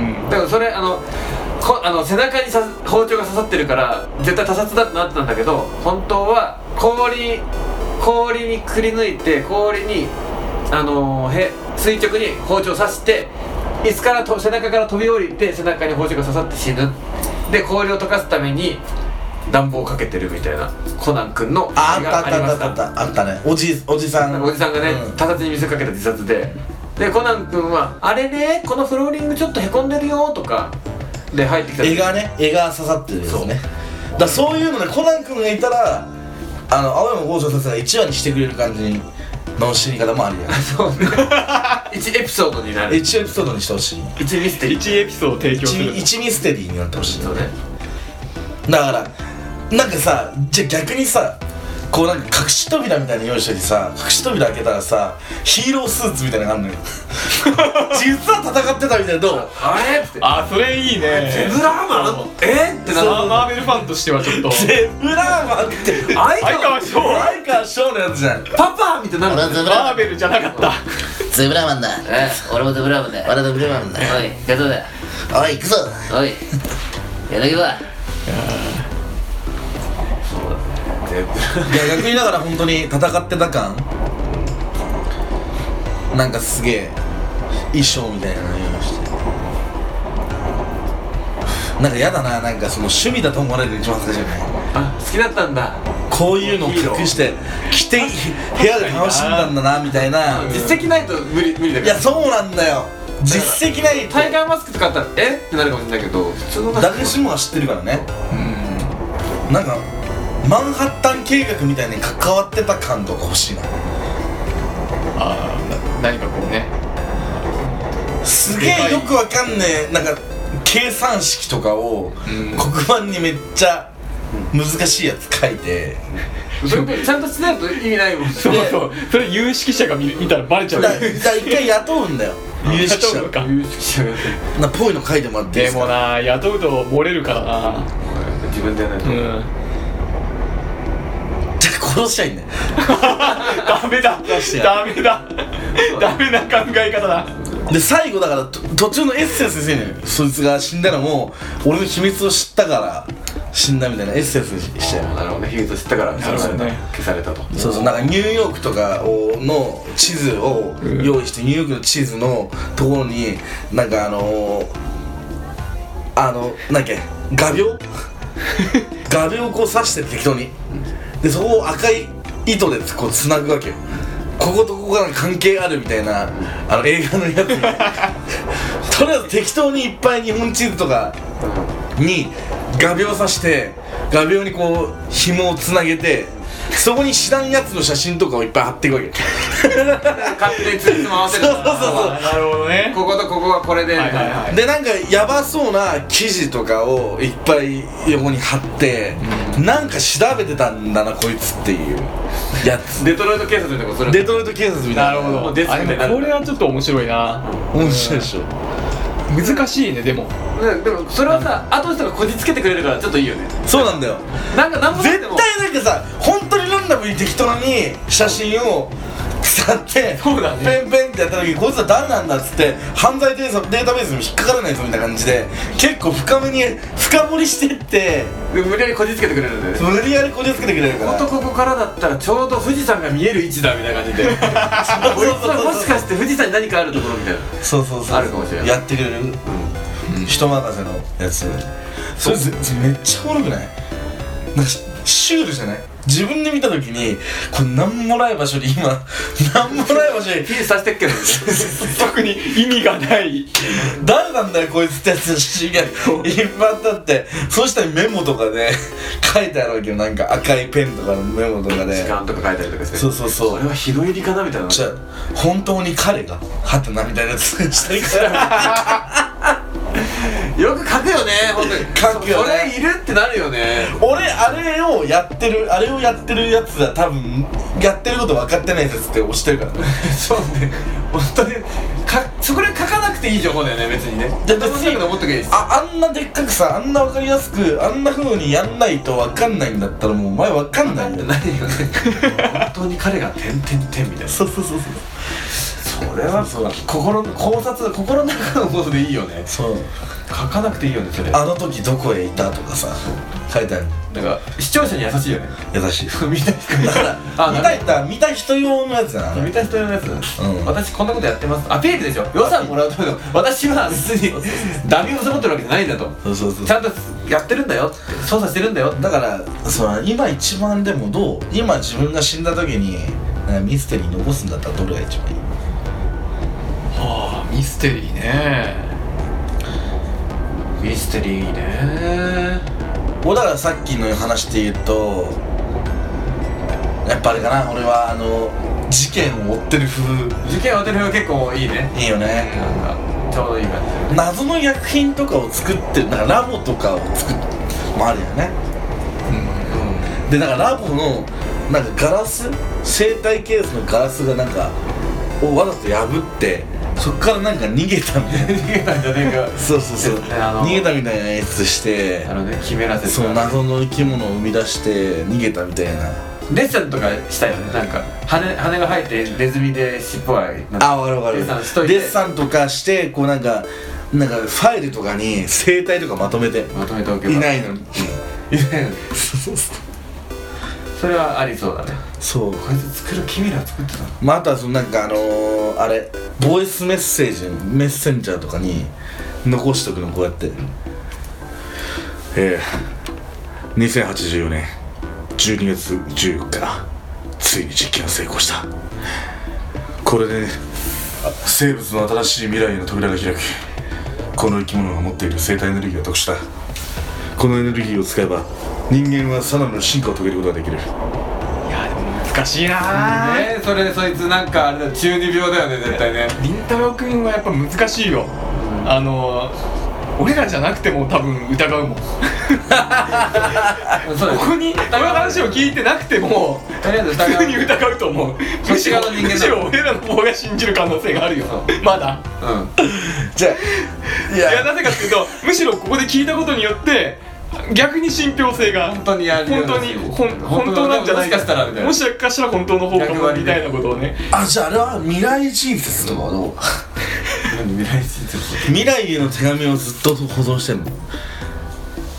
うんだからそれあのこあの背中にさ包丁が刺さってるから絶対他殺だってなったんだけど本当は氷氷にくり抜いて氷にあのーへ垂直に包丁を刺して椅子からと背中から飛び降りて背中に包丁が刺さって死ぬで氷を溶かすために暖房をかけてるみたいなコナン君のああっ映た画あっがりたあまっしたたあったあったねおじおじさんおじさんがね、う他殺に見せかけた自殺ででコナン君は「あれねこのフローリングちょっとへこんでるよ」とかで入ってきた絵がね絵が刺さってるよねだからそういうのねコナン君がいたらあの青山剛昌先生が1話にしてくれる感じの死に方もありだよ [LAUGHS] そうね1エピソードになる1エピソードにしてほしい1ミステリー1エピソードを提供する 1, ミステリーになってほしいそうねだからなんかさじゃあ逆にさこうなんか隠し扉みたいなの用意しといてさ隠し扉開けたらさヒーロースーツみたいなのがあんのよ実は戦ってたみたいなどうあれってあそれいゼいねブラーマンえってなマるーベルファンとしてはちょっとゼブラーマンってあ相相川翔前川翔のやつじゃんパパみたいになる俺はゼブラマーベルじゃなかったゼブラマンだえ俺もドブラーマンだよ俺はゼブラマンだおいガトーだおい行くぞおい柳葉いや逆にだから本当に戦ってた感なんかすげえ衣装みたいなの用意してなんかやだななんかその趣味だと思われるの一番恥ずかしいよねあ好きだったんだこういうのを隠して着て部屋で楽しんだんだなみたいな、い実績ないと無理無理だかやらそうなんだよ実績ないとタイガーマスクとかあったらえってなるかもしれないけど普通のなんか誰しもが知ってるからねなんかマンハッタン計画みたいに関わってた感とか欲しいなあーな何かこうねすげえよくわかんねえなんか計算式とかをん黒板にめっちゃ難しいやつ書いてそれってちゃんとしないと意味ないもんそうそうそれ有識者が見見たらバレちゃだうだから一回雇うんだよ有識雇者うのか [LAUGHS] 有識者がやってるなぽいの書いてもらっていいですかもな雇うと漏れるからな自分でやらないとうんじゃあ殺しちゃいいんだよダメだダメ [LAUGHS] だダメな考え方だで最後だからと途中のエッセンスですよねそいつが死んだのも俺の秘密を知ったから死んだみたいなエッセンスにしちゃうなるほどね、秘密を知ったからなるほどね消されたとそうそうなんかニューヨークとかをの地図を用意してニューヨークの地図のところになんかあのーあのなんだっけ画鋲画鋲をこう刺して適当にでそこを赤い糸でこうつなぐわけよこことここが関係あるみたいなあの映画のやつとりあえず適当にいっぱい日本地図とかに画鋲を刺して画鋲にこう紐をつなげてそこに知らんやつの写真とかをいっぱい貼っていくわけよ勝手についつも合わせるそうそうそうなるほどねこことここはこれでみたいな、はいはいはいでなんかやばそうな記事とかをいっぱい横に貼って、なんか調べてたんだなこいつっていうやつデトロイト警察みたいなことす [LAUGHS] るデトロイト警察みたないるなほどもうデスクあでもでなるこれはちょっと面白いな面白いでしょ難しいねでもねでもそれはさ後の人がこじつけてくれるからちょっといいよねそうなんだよなんか何もなく絶て対もなんかさ本当にランダムに適当に写真を使ってそうだねペンペンってやった時にこいつは誰なんだっつって犯罪データデータベースにも引っかからないぞみたいな感じで結構深めに深掘りしてってで無理やりこじつけてくれるんだよね無理やりこじつけてくれるからほんとここからだったらちょうど富士山が見える位置だみたいな感じでこいつはもしかして富士山に何かあるところみたいなそうそうそうあるかもしれないやってくれる、人任せのやつそれぜめっちゃおもろくないなんかシシュールじゃない自分で見た時にこれ何もない場所に今 [LAUGHS] 何もない場所に火さしてっけどね特に意味がない誰なんだよこいつってやつの写真がいっぱいあったってそうしたらメモとかで [LAUGHS] 書いてあるわけよなんか赤いペンとかのメモとかで時間とか書いたりとかしてそうそうそこうれは日の入りかなみたいなじゃあ本当に彼がハテナみたいなやつにしてるから [LAUGHS] よく書くよね本当書にくよねそれいるってなるよね俺あれをやってるあれをやってるやつは多分やってること分かってないやつって押してるからね [LAUGHS] そうね本当にかそこら書かなくていい情報だよね別にねで頭の中で思っとけばいいですああんなでっかくさあんな分かりやすくあんな風にやんないと分かんないんだったらもうお前分かんないんだよね何よね本当に彼が「てんてんてん」みたいなそうそうそうそうそれはそう心の考察心の中のことでいいよねそう書かなくていいよねそれあの時どこへいたとかさ書いてあるなんか視聴者に優しいよね優しい見た人だから [LAUGHS] あ見なんたか人は見た人用のやつだな見た人のやつ、うん私こんなことやってますアピールでしょ予算もらうための私は別にダミーをサボってるわけじゃないんだとそうそうそうちゃんとやってるんだよ操作してるんだよだからその今一番でもどう今自分が死んだ時になんかミステリー残すんだったらどれが一番いいはあミステリーねミステリーね俺だからさっきの話で言うとやっぱあれかな俺はあの事件を追ってる風受験当てるは結構いいねいいよねなんかちょうどいい感じ謎の薬品とかを作ってるだからラボとかを作ってもあるよねでなんかラボのなんかガラス生体ケースのガラスがなんかをわざと破ってそっからなんか逃げたみ [LAUGHS] たいな逃げたんじゃねえかそうそうそうねあの逃げたみたいな演出してあのね、決めらせてそう謎の生き物を生み出して逃げたみたいなデッサンとかしたよねなんか羽羽が生えてネズミで尻尾はなんかあ、わかるわかる。デッサンしといてデッサンとかして、こうなんか、なんかファイルとかに生態とかまとめて。まとめておけばいないいのに。ないの [LAUGHS] それはありそうだねそう。こいつ作る君ら作ってたのまあ、あとはそのなんかあのー、あれ、ボイスメッセージ、メッセンジャーとかに残しとくの、こうやって。えー、2084年12月14日、ついに実験を成功した。これで、あ生物の新しい未来への扉が開く。この生き物が持っている生態エネルギーは特殊だこのエネルギーを使えば人間はさらなる進化を遂げることができるいやでも難しいなねえそれそいつなんかあれだ中二病だよね絶対ねりんたろうくんはやっぱ難しいよあの俺らじゃなくても多分疑うもんこそうだよこにこの話を聞いてなくてもとりあえず普疑通うに疑うと思うそっち側の人間だむしろ俺らの方が信じる可能性があるよそうまだうんじゃあいやいやなぜかっていうとむしろここで聞いたことによって逆に信憑性が本当にやる本当にほん本当なんじゃないもしかしたらみたいなもしかしたら本当の方か逆も張りみでたいなことをねあじゃああれは未来人説とかはどう何未来人説未来への手紙をずっと保存してんの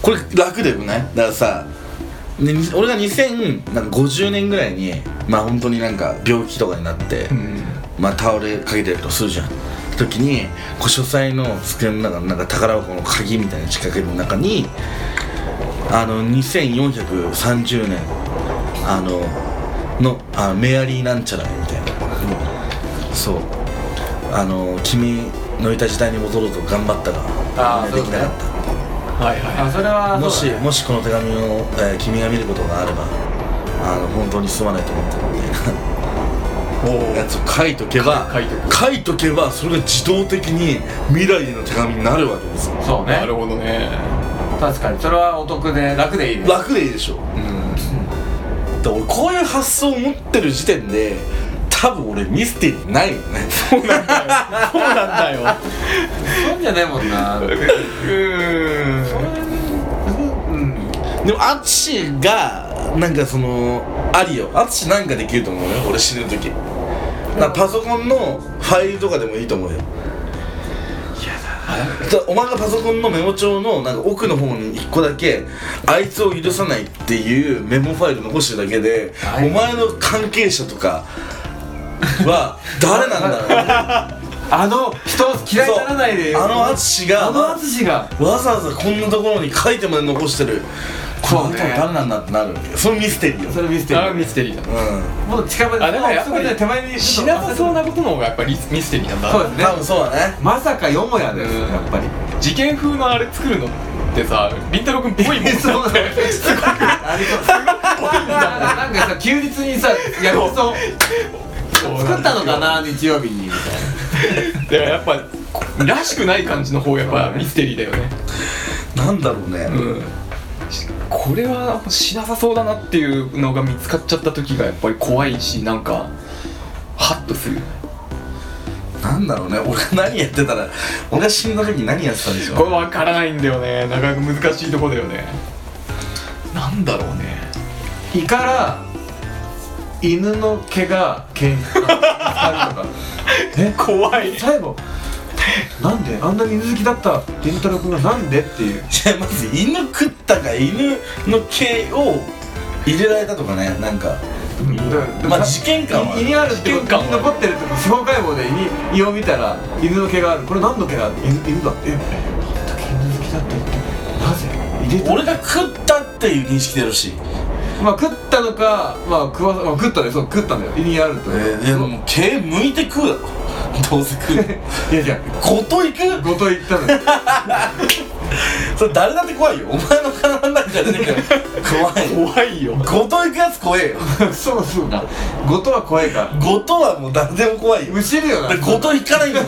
これ楽だよねだからさね俺が2050年ぐらいにまあ本当になんか病気とかになって、まあ倒れかけてるとするじゃん時にこう書斎の机の中のなんか宝箱の鍵みたいな仕掛けの中にあの2430年あののあメアリーなんちゃらみたいなそうあの君のいた時代に戻ろうと頑張ったがあーできなかったはいはあそれはもしそうだねもしこの手紙を、えー君が見ることがあればあの本当にすまないと思ってるみたいいおなやつを書いとけば書いとく書いとけばそれが自動的に未来への手紙になるわけですよそうおなるねほどね確かにそれはお得で楽でいいね楽でいいでしょうんで俺こういう発想を持ってる時点で多分俺ミステリーないよねそうなんだそうなんだよそういうんじゃねえもんなうーんうんでも淳がなんかそのありよ淳なんかできると思うよ俺死ぬ時なパソコンのファイルとかでもいいと思うよだお前がパソコンのメモ帳のなんか奥の方に1個だけあいつを許さないっていうメモファイル残してるだけではいお前の関係者とかは誰なんだろうあの人を嫌いにならないでそうあの淳があの淳がわざわざこんなところに書いてまで残してるそうこのね人は誰なんだってなるそのミステリーよそれ見せてあーるミステリーだうんもう近場であでもやっそぱこりで手前に死なさそうなことの方がやっぱりミステリーなんだそうですね多分そうだねまさかよもやですうんやっぱり事件風のあれ作るのってさりんたろくんっぽいもんねそうなんだすごくあれそうすごいなんかさ休日にさやるそう作ったのかな日曜日にみたいでもやっぱこらしくない感じの方やっぱミステリーだよねなんだろうね、うんしこれは死なさそうだなっていうのが見つかっちゃった時がやっぱり怖いしなんかハッとするなんだろうね俺が何やってたら俺が死んだ時何やってたんでしこれょ分からないんだよねなかなか難しいとこだよねなんだろうねな胃から犬の毛が毛にかか [LAUGHS] るとか怖い最後なんであんなに犬好きだったりんたろくんがなんでっていうじゃあまず犬食ったか犬の毛を入れられたとかねなんかまあ事件感は胃にあるってこと危険感は残ってるってこと司法解剖で胃に胃を見たら犬の毛があるこれ何の毛だ犬犬だえなんだけ犬好きだって言ってなぜ入れた俺が食ったっていう認識でよろしいまあ食ったのかまあ食わまあ食ったねそう食ったんだよ胃にあるってことえー、でも毛剥いて食うだろどうせ食 [LAUGHS] ういやいやごといくごと言ったのよ [LAUGHS] それ誰だって怖いよお前の体の中じゃ出てくる [LAUGHS] 怖いよ怖いよごといくやつ怖えよそうそうだごとは怖いからごとはもう誰でも怖いよむしるよなだからごといかないんだよ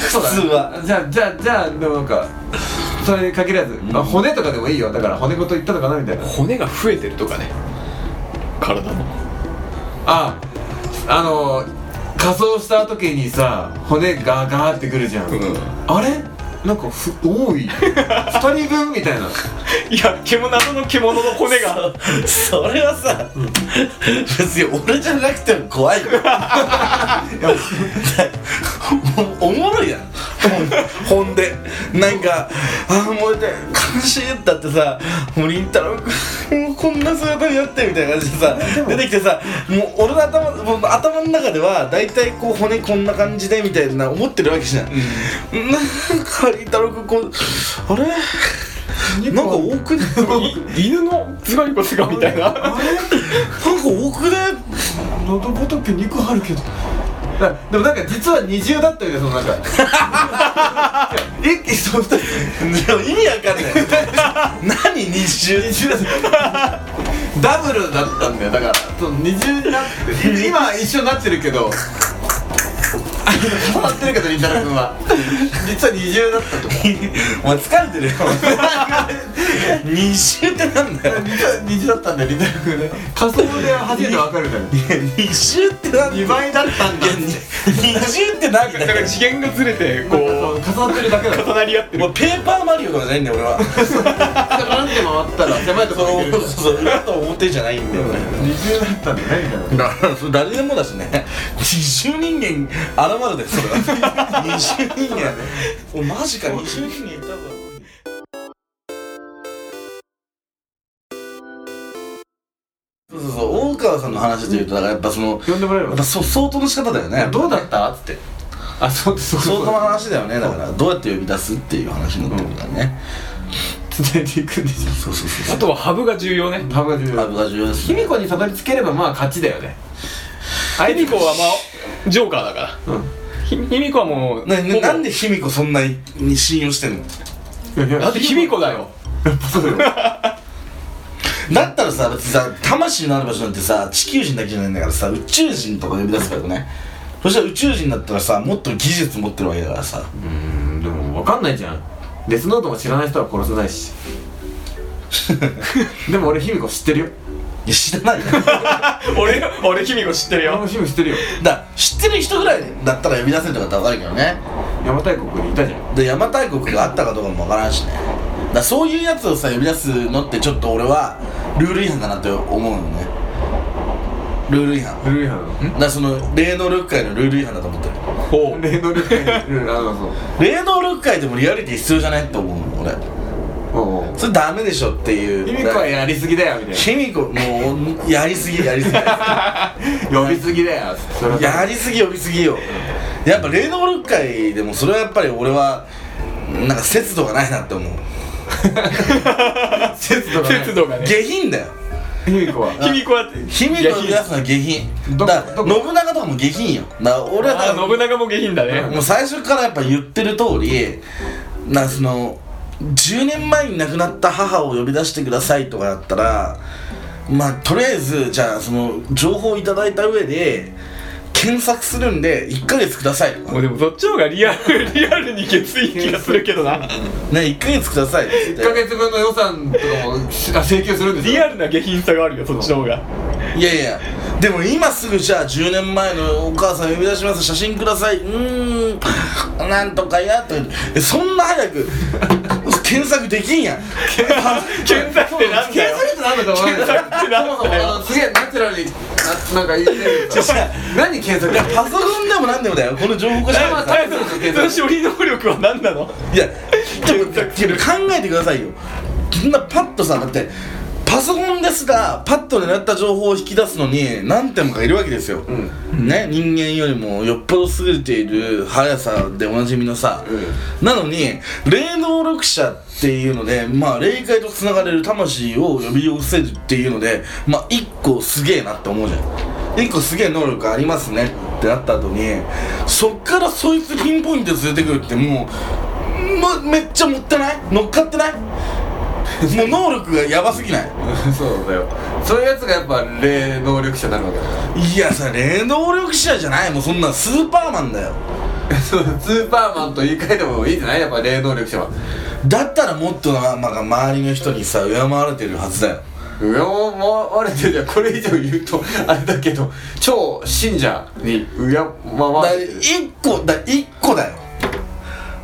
普そうだ通はじゃあじゃあじゃあでもなんかそれに限らず、まあ、骨とかでもいいよだから骨ごと言ったのかなみたいな骨が増えてるとかね体のああの仮装した時にさ骨ガーガーってくるじゃん、あれなんかふ多い二人分みたい [LAUGHS] ないや獣謎の獣の骨がそれはさ、別に俺じゃなくても怖 [LAUGHS] いよおおもろいやんほんほんでなんかああもうね悲しいだってさもうりんたろくんもうこんな姿になってみたいな感じでさ出てきてさもう俺の頭もう頭の中では大体こう骨こんな感じでみたいな思ってるわけじゃん、なんかりんたろくんこうあれなんか多くないい犬の頭蓋骨がみたいなあれなんか多くね喉仏2個あるけどだでもなんか実は二重だったよねそのなんか一気にその二人でも意味わかん [LAUGHS] ない何二重二重だったダブルだったんだよだからその二重になって今は一緒になってるけど変わってるけどりんたろくんは実は二重だったとかお前疲れてるよ二重ってなんだよ実は二重だったんだよりんたろくんね仮想で初めて分かるから二重ってなんだよ2倍だったんだって二重って何だかだらよ次元がずれてなんこかそう重なってるだけだう重なり合ってるもうペーパーマリオとかじゃないんだよ俺は絡んで回ったら狭いところにそうそう裏と表じゃないんだよね二重だったんだねみたいなだからそれ [LAUGHS] 誰でもだしね二重人間現るでそれ [LAUGHS] は二重人間 [LAUGHS] おマジか二重人間いたぞそうそうそう大川さんの話でいうとだからやっぱその呼んでもらえれやっぱそ相当の仕方だよねどうだったっつってあそうそう相そう関の話だよねだからどうやって呼び出すっていう話になってくるからね、伝えていくんでしょそうそうそう [LAUGHS] あとはハブが重要ねハブが重ラ要ブが重要です卑弥呼にたどり着ければまあ勝ちだよね卑弥呼はまあジョーカーだかうらんひ卑弥呼はもうなほぼなんで卑弥呼そんなに信用してんのだって卑弥呼だよだったらさ別にさ魂のある場所なんてさ地球人だけじゃないんだからさ宇宙人とか呼び出すからよねそしたら宇宙人だったらさもっと技術持ってるわけだからさうーんでも分かんないじゃんデスノートも知らない人は殺せない [LAUGHS] しでも俺卑弥呼知ってるよいや知らないよ [LAUGHS] だか俺俺卑弥呼知ってる俺よも卑弥呼知ってるよら知ってる人ぐらいだったら呼び出せるとかって分かるけどね邪馬台国にいたじゃんで邪馬台国があったかどうかも分からんしねだからそういうやつをさ呼び出すのってちょっと俺はルール違反かなって思うのねルール違反だルール違反からその霊能力界のルール違反だと思ってるほ [LAUGHS] う霊能力会ルールあのそう霊能力界でもリアリティ必要じゃないって思うの俺おうおうそれダメでしょっていう卑弥呼は [LAUGHS] やりすぎだよみたい卑弥呼もうやりすぎやりす [LAUGHS] ぎな呼びすぎだよそれはやりすぎ呼びすぎよやっぱ霊能力界でもそれはやっぱり俺はなんか節度がないなって思う節度がない節度がね下品だよ卑弥呼は卑弥呼は卑弥呼のやつのは下品どこだからどこ信長とかも下品よだから俺はだあか信長も下品だらねもう最初からやっぱ言ってる通りなんかその10年前に亡くなった母を呼び出してくださいとかだったらまあとりあえずじゃあその情報をいただいた上で検索するんで1ヶ月くださいとかもうでもそっちの方がリアル [LAUGHS] リアルに月い気がするけどなね1ヶ月くださいっつっ1ヶて月分の予算とかもしあ請求するんですリよアルな下品さがあるよそっちの方がいやいやでも今すぐじゃあ10年前のお母さん呼び出します写真くださいうーんなんとかやとか言ってえそんな早く検索できんやん検索ってなんだよ検索ってなんだか分かんない検索ってなんだよそもそもあのすげえナチュラルにななんか言ってるけど何検索だパソコンでもなんでもだよこの情報化しまあない大将のその処理能力は何なのいやちょっと考えてくださいよそんなパッとさだってパソコンですらパッと狙った情報を引き出すのに何点もかいるわけですよ、んね人間よりもよっぽど優れている速さでおなじみのさ、なのに霊能力者っていうのでまあ霊界とつながれる魂を呼び寄せるっていうのでまあ一個すげえなって思うじゃん一個すげえ能力ありますねってなった後にそっからそいつピンポイントで連れてくるってもう、ま、めっちゃ持ってない乗っかってない [LAUGHS] もう能力がやばすぎないそうだよそういうやつがやっぱ霊能力者になるわけだかいやさ霊能力者じゃないもうそんなんスーパーマンだよらそうスーパーマンと言い換えてもいいんじゃないやっぱ霊能力者はだったらもっとな、まあ、周りの人にさ敬われてるはずだようやまわれてるじゃんこれ以上言うとあれだけど超信者にうやまわだれてる一個だ一個だよ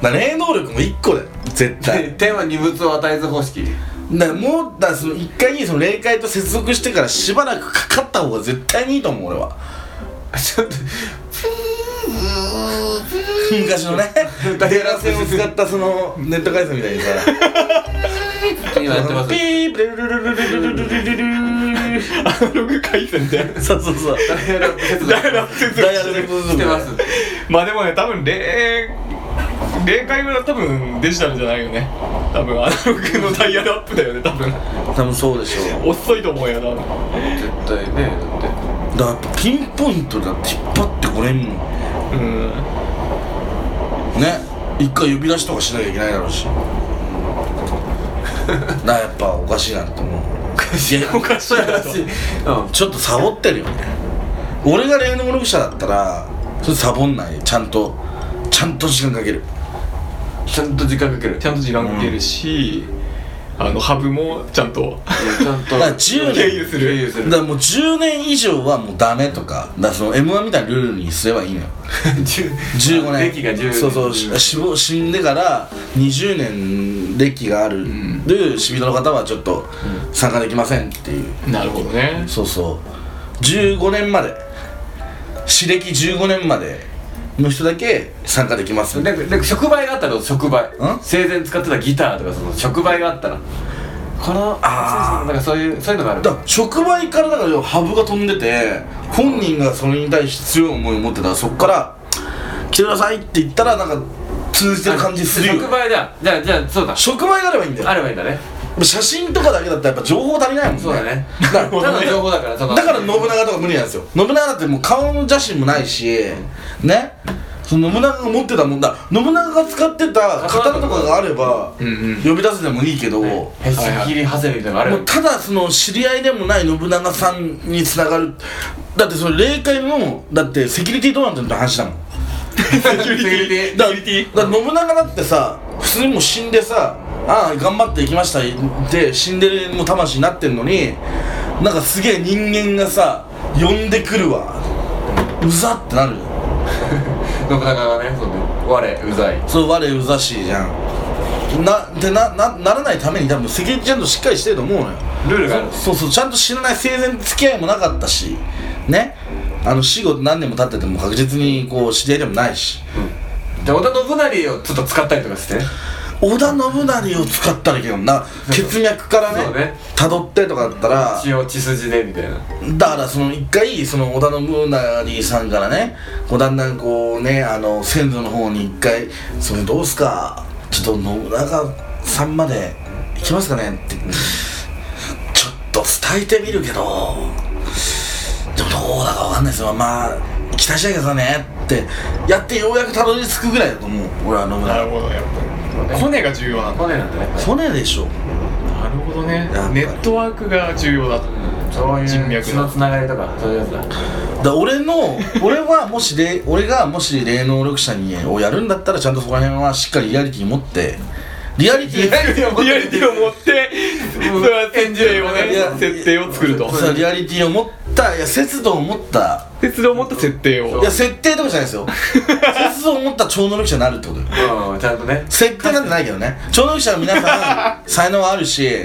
だ霊能力も一個だよ絶で対天は二物を与えず方式だからもうだからその一回にその霊界と接続してからしばらくかかった方が絶対にいいと思う俺はちょっと昔のね大デーラ線を使ったそのネット回線みたいにさ今やってますピープルルルルルルルルルルルアナログ回線で [LAUGHS] そうそうそう大学接続だから接続ダイヤルでブーブーしてますまあでもね多分霊霊界は多分デジタルじゃないよね多分アナログのダイヤルアップだよね多分多分そうでしょう遅いと思うよな絶対ねだからだやっぱピンポイントだって引っ張ってこれんもんねうん一回呼び出しとかしなきゃいけないだろうしだからやっぱおかしいなって思ういやおかしいなっとてうんちょっとサボってるよね俺が霊能力者だったらそれサボんないちゃんとちゃんと時間かけるちゃんと時間かけるいやちゃんと時間かけるし、あのハブもちゃんとちゃんとだから10経年由す経由るすだるからもう10年以上はもうダメとかだからその m 1みたいなルールにすればいいのよ15年歴が10年そうそうし死亡死んでから20年歴がある、で死人の方はちょっと参加できませんっていう、なるほどねそうそう15年まで死歴15年までの人だけ参加できますでで触媒があったら触ん媒生前使ってたギターとかその触媒があったらこのあーそうそうなんかそういうそういうのがあるだから触媒からだから要はハブが飛んでて本人がそれに対して強い思いを持ってたらそっから来てくださいって言ったらなんか通じてる感じするよあ触媒だじゃあじゃあそうだ職場になればいいんだよあればいいんだね写真とかだけだったらやっぱ情報足りないもんねそうだねなるたほだどのね情報だからそのだから信長とか無理なんですよ信長だってもう顔の写真もないしねその信長が持ってたもんだ信長が使ってた刀とかがあればうんうん呼び出せてもいいけど、もへし切りハゼみたいなのあればうただその知り合いでもない信長さんにつながるだってその霊界のだってセキュリティどうなってんのって話だもんセキュリティだだから信長だってさ普通にもう死んでさああ頑張っていきましたって死んでるもう魂になってんのになんかすげえ人間がさ呼んでくるわうざってなるじゃん信長がねそうね我うざいそう我うざしいじゃんなでななならないために多分セキュリティちゃんとしっかりしてると思うのよルールがあるそうそうちゃんと知らない生前付き合いもなかったしねあの死後何年も経ってても確実にこう知り合いでもないしじゃあ織田信成をちょっと使ったりとかしてね織田信成を使ったらいいけどな血脈からそうねねたどってとかだったら血を血筋でみたいなだからその一回その織田信成さんからねこうだんだんこうねあの先祖の方に一回「それどうすかちょっと信長さんまで行きますかね?」って「ちょっと伝えてみるけどでもどうだかわかんないですよまあ期待しないでくださいね」ってやってようやくたどり着くぐらいだと思う俺は信なる長ほどやっぱりコネが重要なんだ骨なんだね骨でしょなるほどねやっぱりネットワークが重要だとそういう人脈血のつながりとかそういうやつだだ俺の俺はもし霊俺がもし霊能力者にをやるんだったらちゃんとそこら辺はしっかりリアリティ持ってリアリティリアリティを持ってそれは演じをいやね設定を作るとそうリアリティを持ったいや節度を持った鉄道を持った設定をいや設定とかじゃないですよ節度を持った超能力者になるってことようんちゃんとね設定なんてないけどね超能力者の皆さん才能はあるしだ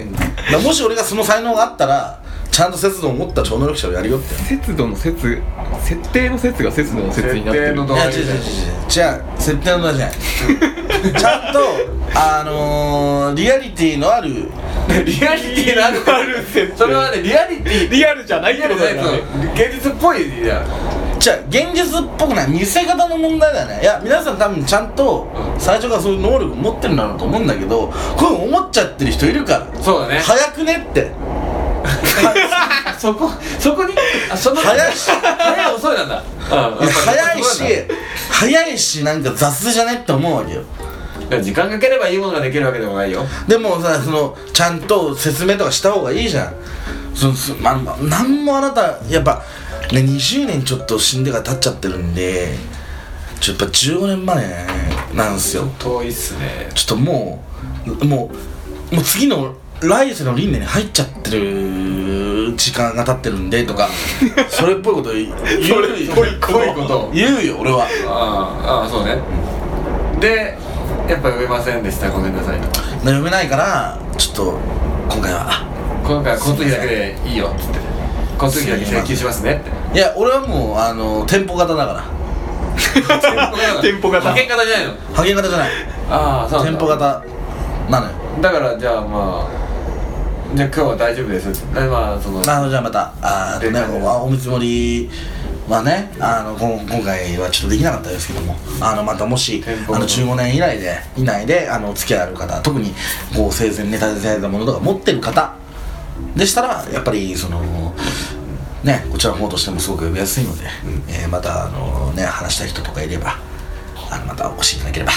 からもし俺がその才能があったらちゃんと節度を持った超能力者をやるよって節度の節設定の節が節度の節になっ設定てるのい動や画違う違う違う違うじゃあ設定の話じゃないちゃんとあのー、リアリティのあるリアリティのあるある設定それはねリアリティリアルじゃないリアけルどじゃないそう現実っぽいじゃんじゃあ現実っぽくない見せ方の問題だよねいや皆さん多分ちゃんと最初からそういう能力を持ってるんだろうと思うんだけどこういうの思っちゃってる人いるからそうだね早くねってあそこそこにあその早いし早い遅いなんだうん早いし早いしなんか雑じゃねって思うわけよでも時間かければいいものができるわけでもないよでもさそのちゃんと説明とかした方がいいじゃんそのすまあなんもあなたやっぱ、ね、20年ちょっと死んでから経っちゃってるんでちょやっぱ15年前なんですよ遠いっすねちょっともうもうもう次の来世の輪廻に入っちゃってる時間が経ってるんでと [LAUGHS] かそれっぽいこと言うそれっぽいこと言う言うよ俺はああああそうねでやっぱ読めませんでしたごめんなさい読めないからちょっと今回は今回は交通費だけでいいよっつって交通費だけ請求します [LAUGHS] ねっていや俺はもうあの店舗型だから [LAUGHS] 店舗型派遣型じゃないのハゲ型じゃないああそうなん店だ舗型なのよだからじゃあまあじゃあ今日は大丈夫ですってでまあそのなのじゃあまたあーでねかいねおお見積もりはねあのこん今回はちょっとできなかったですけどもあのまたもし店舗あのの15年以内で以内であのお付き合いある方特にこう生前ネタでされたものとか持ってる方でしたらやっぱりそのねこちらの方としてもすごく呼びやすいので、えーまたあのね話したい人とかいればあのまたお越しいただければ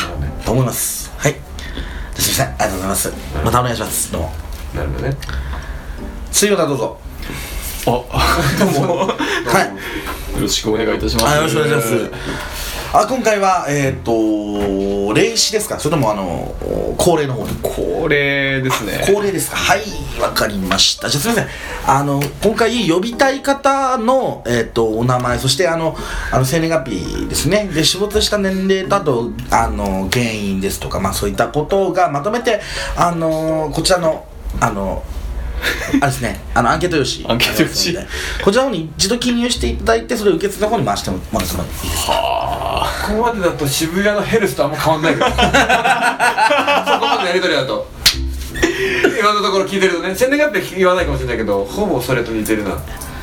と思いますはいすいませんありがとうございますまたお願いしますどうもなるほどね水曜日はどうぞ [LAUGHS] あどうもよはいろしくお願いいたしますあよろしくお願いします。あ今回はえっ、と霊視ですかそれともあの恒例の方にこれですね恒例ですかはいわかりましたじゃあすみませんあの今回呼びたい方のえっ、とお名前そしてあのあの生年月日ですねで死没した年齢だとあの原因ですとかまあそういったことがまとめてあのこちらのあのあれですね、あのアンケート用紙アンケート用紙ありますのでこちらの方に一度記入していただいてそれを受付の方に回してもらってもいいですかここまでだと渋谷のヘルスとあんま変わ [LAUGHS] んないけどそこまでのやりとりだと今のところ聞いてるとね宣伝があって言わないかもしれないけどほぼそれと似てるな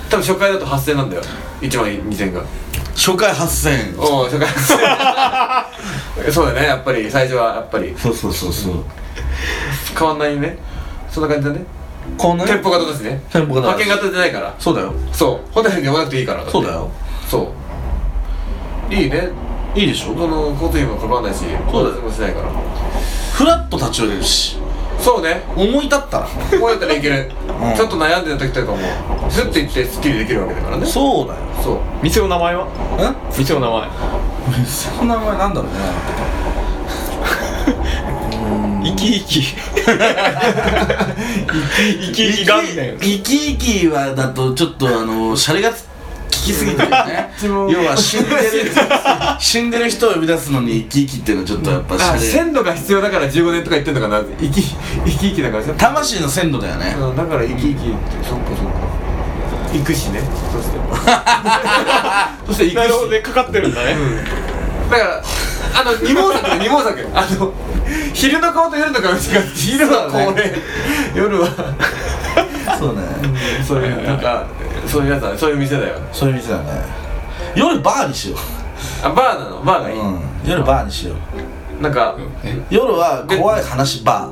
多分初回だと8000なんだよ1万2000が [LAUGHS] 初回8000円おおそれからそうだねやっぱり最初はやっぱりそうそうそうそう変わんないねそんな感じだねこんな店舗型だしね店舗型だ派し遣型じゃないからそうだよそうホテルに呼ばなくていいからそうだよそういいねいいでしそょの交通費もかからないしそうだよもしないからフラッと立ち寄れるしそうね思い立ったらこうやったらいける、うんちょっと悩んでた時とかもスッて行ってスッキリできるわけだからねそうそうだよ店の名前はん店の名前店の名前なんだろうね生き生き生き生き元年生き生きはだとちょっとあのシャレが効きすぎてるよ [LAUGHS] ねも要は死んでる死んでる [LAUGHS] 人を呼び出すのに生き生きっていうのはちょっとやっぱあシャレ鮮度が必要だから15年とか言ってんのかな生き生き生きだからさ魂の鮮度だよねうんだから生き生きってそっかそっか行くしねそしてそして行なくるしほどねかかってるんだね、だからあの二毛作だ二毛作あの昼の顔と夜の顔違う昼はそうだねこれ、夜はそうねそういうなんかそういうやつだねそういう店だよそういう店だね夜バーにしよあバーなのバーがう、いい、うん、夜バーにしようなんか夜は怖い話バ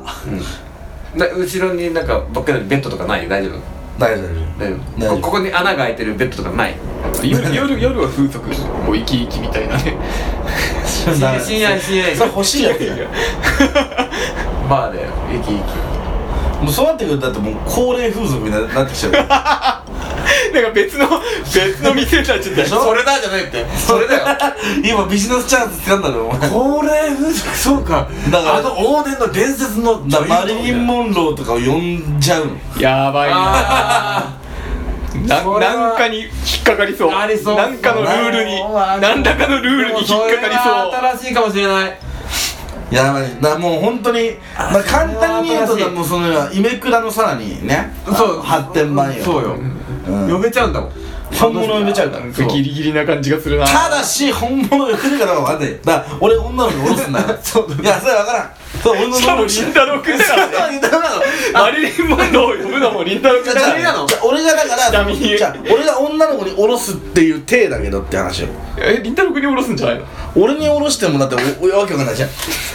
ーな後ろになんかばっかりベッドとかない大丈夫大丈夫大大丈丈夫夫こここに穴が開いてるベッドとかない夜夜夜は風俗もう生き生きみたいなね深深夜深夜深夜それ欲しいやつやバーで生き生きもうそうなってくるとだってもう高齢風俗にななってきちゃう [LAUGHS] からなんか別の別の店になっちゃったよそれだじゃないってそれだ [LAUGHS] よ今ビジネスチャンス掴んだろお前高齢風俗そうかだからあの往年の伝説のだからマ女優リリン・モンローとかを呼んじゃうのやばいあなそなれはなんかに引っかかりそうありそうなんかのルールにそうだね何らかのルーールに引っかかりそれそうは新しいかもしれないやばいだからもう本当にまあ簡単に言う新しといもうそのイメクラのさらにねそう発展版よそうよ、うん呼べちゃうんだもん本物呼べちゃうからそうギリギリな感じがするなただし本物呼べるかどうか分かんないだから俺女の子に下ろすんだからそうだねい [LAUGHS] やそれは分からんそう俺のしかも慎太郎君だからねそう言ったらマリリン・モンローを呼ぶのもりんたろーくんじだゃあかじらゃあじゃあ俺がだからちなみにじゃあ俺が女の子に下ろすっていう体だけどって話よえりんたろーくんに下ろすんじゃないの俺に下ろしてもだっておおわけわかんないじゃん [LAUGHS]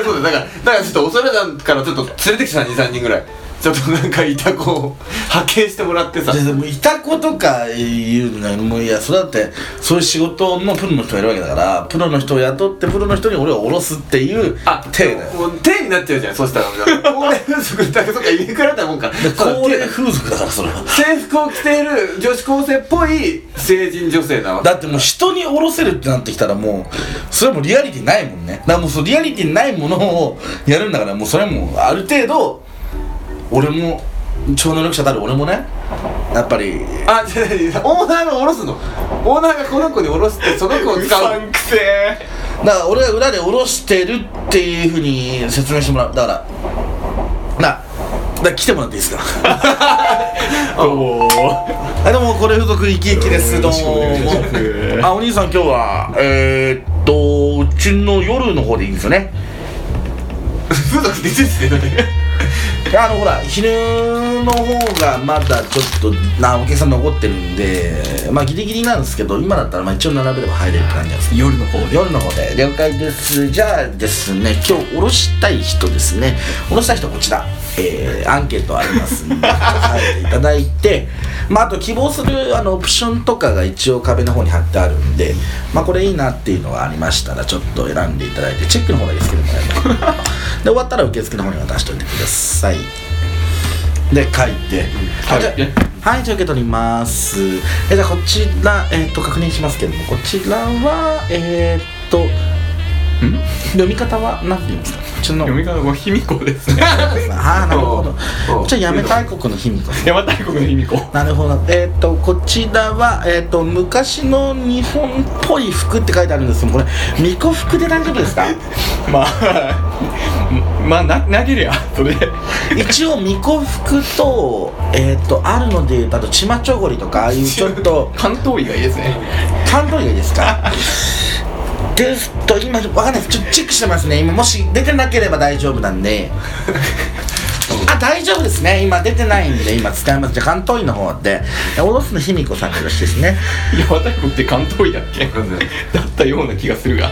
違うそうだよだからだからちょっとおそれだからちょっと連れてきた23人ぐらいちょっとなんかいた子を派遣してもらってさででもいた子とか言うんだけどもういやそれだってそういう仕事のプロの人がいるわけだからプロの人を雇ってプロの人に俺を下ろすっていうあ体だよもう手になっちゃうじゃんそうしたら高齢風俗だけとか言いくらだもんかで [LAUGHS] そう高手齢だ風俗だからそれは制服を着ている女子高生っぽい成人女性なわけだってもう人に下ろせるってなってきたらもうそれはもうリアリティないもんねだからもうそのリアリティないものをやるんだからもうそれはもうある程度俺も超能力者たる俺もねやっぱりあじゃあオーナーが下ろすのオーナーがこの子に下ろすってその子をう使さうんくせえだから俺が裏で下ろしてるっていうふうに説明してもらうだからなだから来てもらっていいですかおーあどうもこれ付属生き生きですどうもあお兄さん今日はえー、っとうちの夜の方でいいんですよね風俗出てってどれあのほら昼の方がまだちょっとなお客さん残ってるんでまあギリギリなんですけど今だったらまあ一応並べれば入れるって感じなんですけど夜の方夜の方で了解ですじゃあですね今日下ろしたい人ですね下ろしたい人はこちらえー、アンケートありますんで書いていただいて [LAUGHS] まああと希望するあのオプションとかが一応壁の方に貼ってあるんでまあこれいいなっていうのがありましたらちょっと選んでいただいてチェックの方だけつけてもらえばで終わったら受付の方に渡しておいてくださいで書いて、はいじゃあはいじゃあ受け取りますえじゃあこちらえっ、と確認しますけどもこちらはえっ、とん読み方は何て言うんですかこちらの読み方は卑弥呼ですね [LAUGHS] ああなるほどおうおうこちらやめ大国の卑弥呼邪馬台国の卑弥呼なるほどえっ、とこちらはえっ、と昔の日本っぽい服って書いてあるんですけどこれ巫女服で大丈夫ですかまあまあな投げりゃそれ一応巫女服とえっ、とあるので言うとあとチマチョゴリとかああいうちょっと関東医がいいですね担当医がいいですかですと今わかんないですちょっとチェックしてますね今もし出てなければ大丈夫なんであと大丈夫ですね今出てないんで今使いますじゃあ関東医の方でおろすの卑弥呼さんよろしいですねや太鼓って関東医だっけ [LAUGHS] だったような気がするが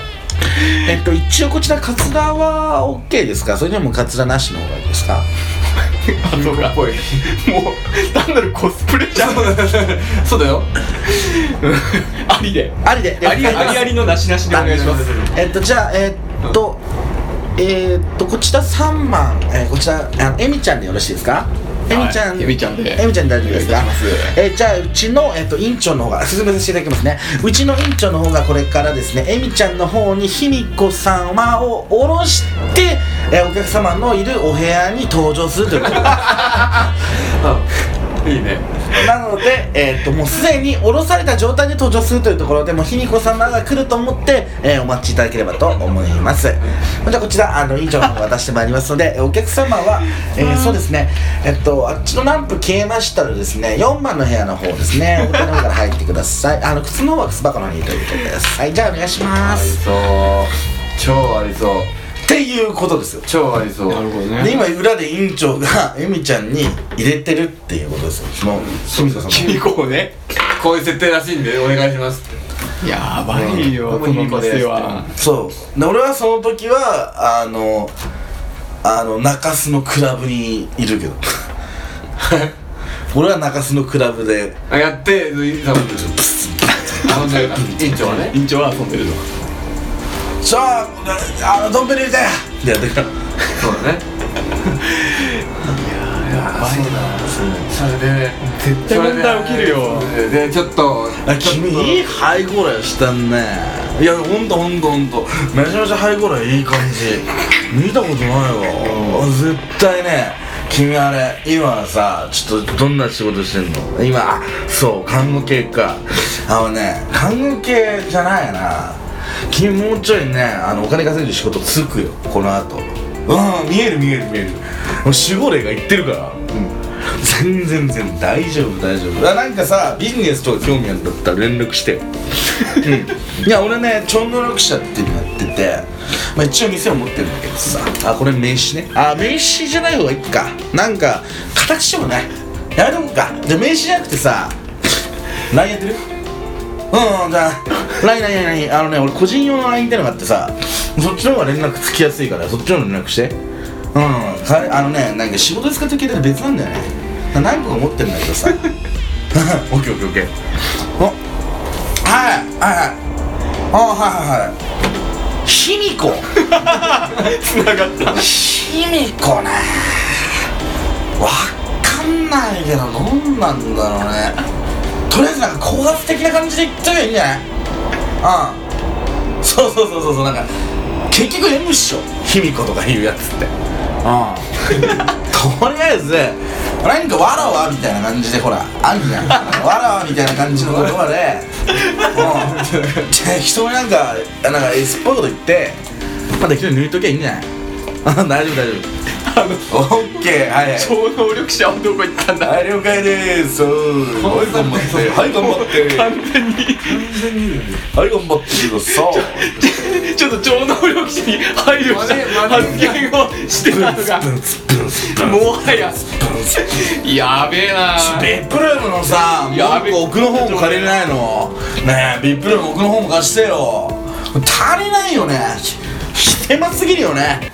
えっと一応こちらカツラは OK ですかそれでもカツラなしの方がいいですかあそうかもう単なるコスプレ [LAUGHS] じゃんそうだよ [LAUGHS] ありでありでありありありのなしなしでお願いしますえっとじゃあえっとえっとこちら3番、えーこちらあのエミちゃんでよろしいですかエミちゃん、はいエミちゃんでエミちゃんで大丈夫ですおか願いいたしますえーじゃあうちの、えっと院長の方が進めさせていただきますねうちの院長の方がこれからですねエミちゃんの方に卑弥呼様を下ろして、えーお客様のいるお部屋に登場するということでいいねなので、えっともうすでに下ろされた状態で登場するというところでもう卑弥呼様が来ると思って、えーお待ちいただければと思いますじゃあこちらあの院長の方渡してまいりますのでお客様は、えーそうですねえっとあっちのランプ消えましたらですね4番の部屋の方です [LAUGHS] ねお手の方から入ってくださいあの靴の方は靴箱の方にということですはいじゃあお願いしまありすそう超ありそうっていうことですよ超ありそうほどで今裏で院長がエミちゃんに入れてるっていうことですよその清水さんの卑弥呼をねこういう設定らしいんでお願いしますってやばいよ、この店はそうで俺はその時はあのあの中洲のクラブにいるけど [LAUGHS] 俺は中洲のクラブであやって多分飲んでるな院長はね院長は遊んでるの「じゃああのドンペリ入れて!」ってやってからそうだねやばいそれで絶対問題起きるよそれででちょっとあ君いいハイゴーラーしたんねいやほんとほんとほんとめちゃめちゃハイゴーラーいい感じ見たことないわ、絶対ね君あれ今さちょっとどんな仕事してんの今あそう看護系かあのね看護系じゃないな君もうちょいねあのお金稼いでる仕事つくよこの後うん見える見える見えるもう守護霊が言ってるから全然全然大丈夫大丈夫あなんかさビジネスとか興味あるんだったら連絡してうんいや俺ね超能力者っていうのやってて、まあ、一応店を持ってるんだけどさあこれ名刺ねあ名刺じゃない方がいいかなんか形でもないやめとこうかじゃあ名刺じゃなくてさ LINE やってるうんうんじゃあ LINE LINE LINE あのね俺個人用の LINE ってのがあってさそっちの方が連絡つきやすいからそっちの方が連絡してうんかあのねなんか仕事で使ってる携帯と別なんだよねな何個か持ってるんだけどさ [LAUGHS] オッケーオッケーオッケーおはいはいはいあはいはいはい卑弥 [LAUGHS] 呼繋がった卑弥呼ねわかんないけど何なんだろうねとりあえずなんか高圧的な感じで言っちゃえばいいんじゃないうんそうそうそうそうそうなんか結局 M っしょ卑弥呼とかいうやつってうんとりあえずなんかわらわみたいな感じでほらあんじゃんわらわみたいな感じの言葉でうん適当になんかなんか S っぽいこと言ってまあできる抜いときゃいいんじゃない大丈夫大丈あの夫オッケーはい超能力者はどこ行ったんだはい了解ですはい頑張ってはい頑張って完全にはい頑張ってくださいちょっ [LAUGHS] と超能力者に配慮したマジ発言をしてたのがもは [LAUGHS] ややべえなビップルームのさもやべう一個奥の方も借りれないのねえビップルーム奥の方も貸してよ足りないよねひ手間すぎるよね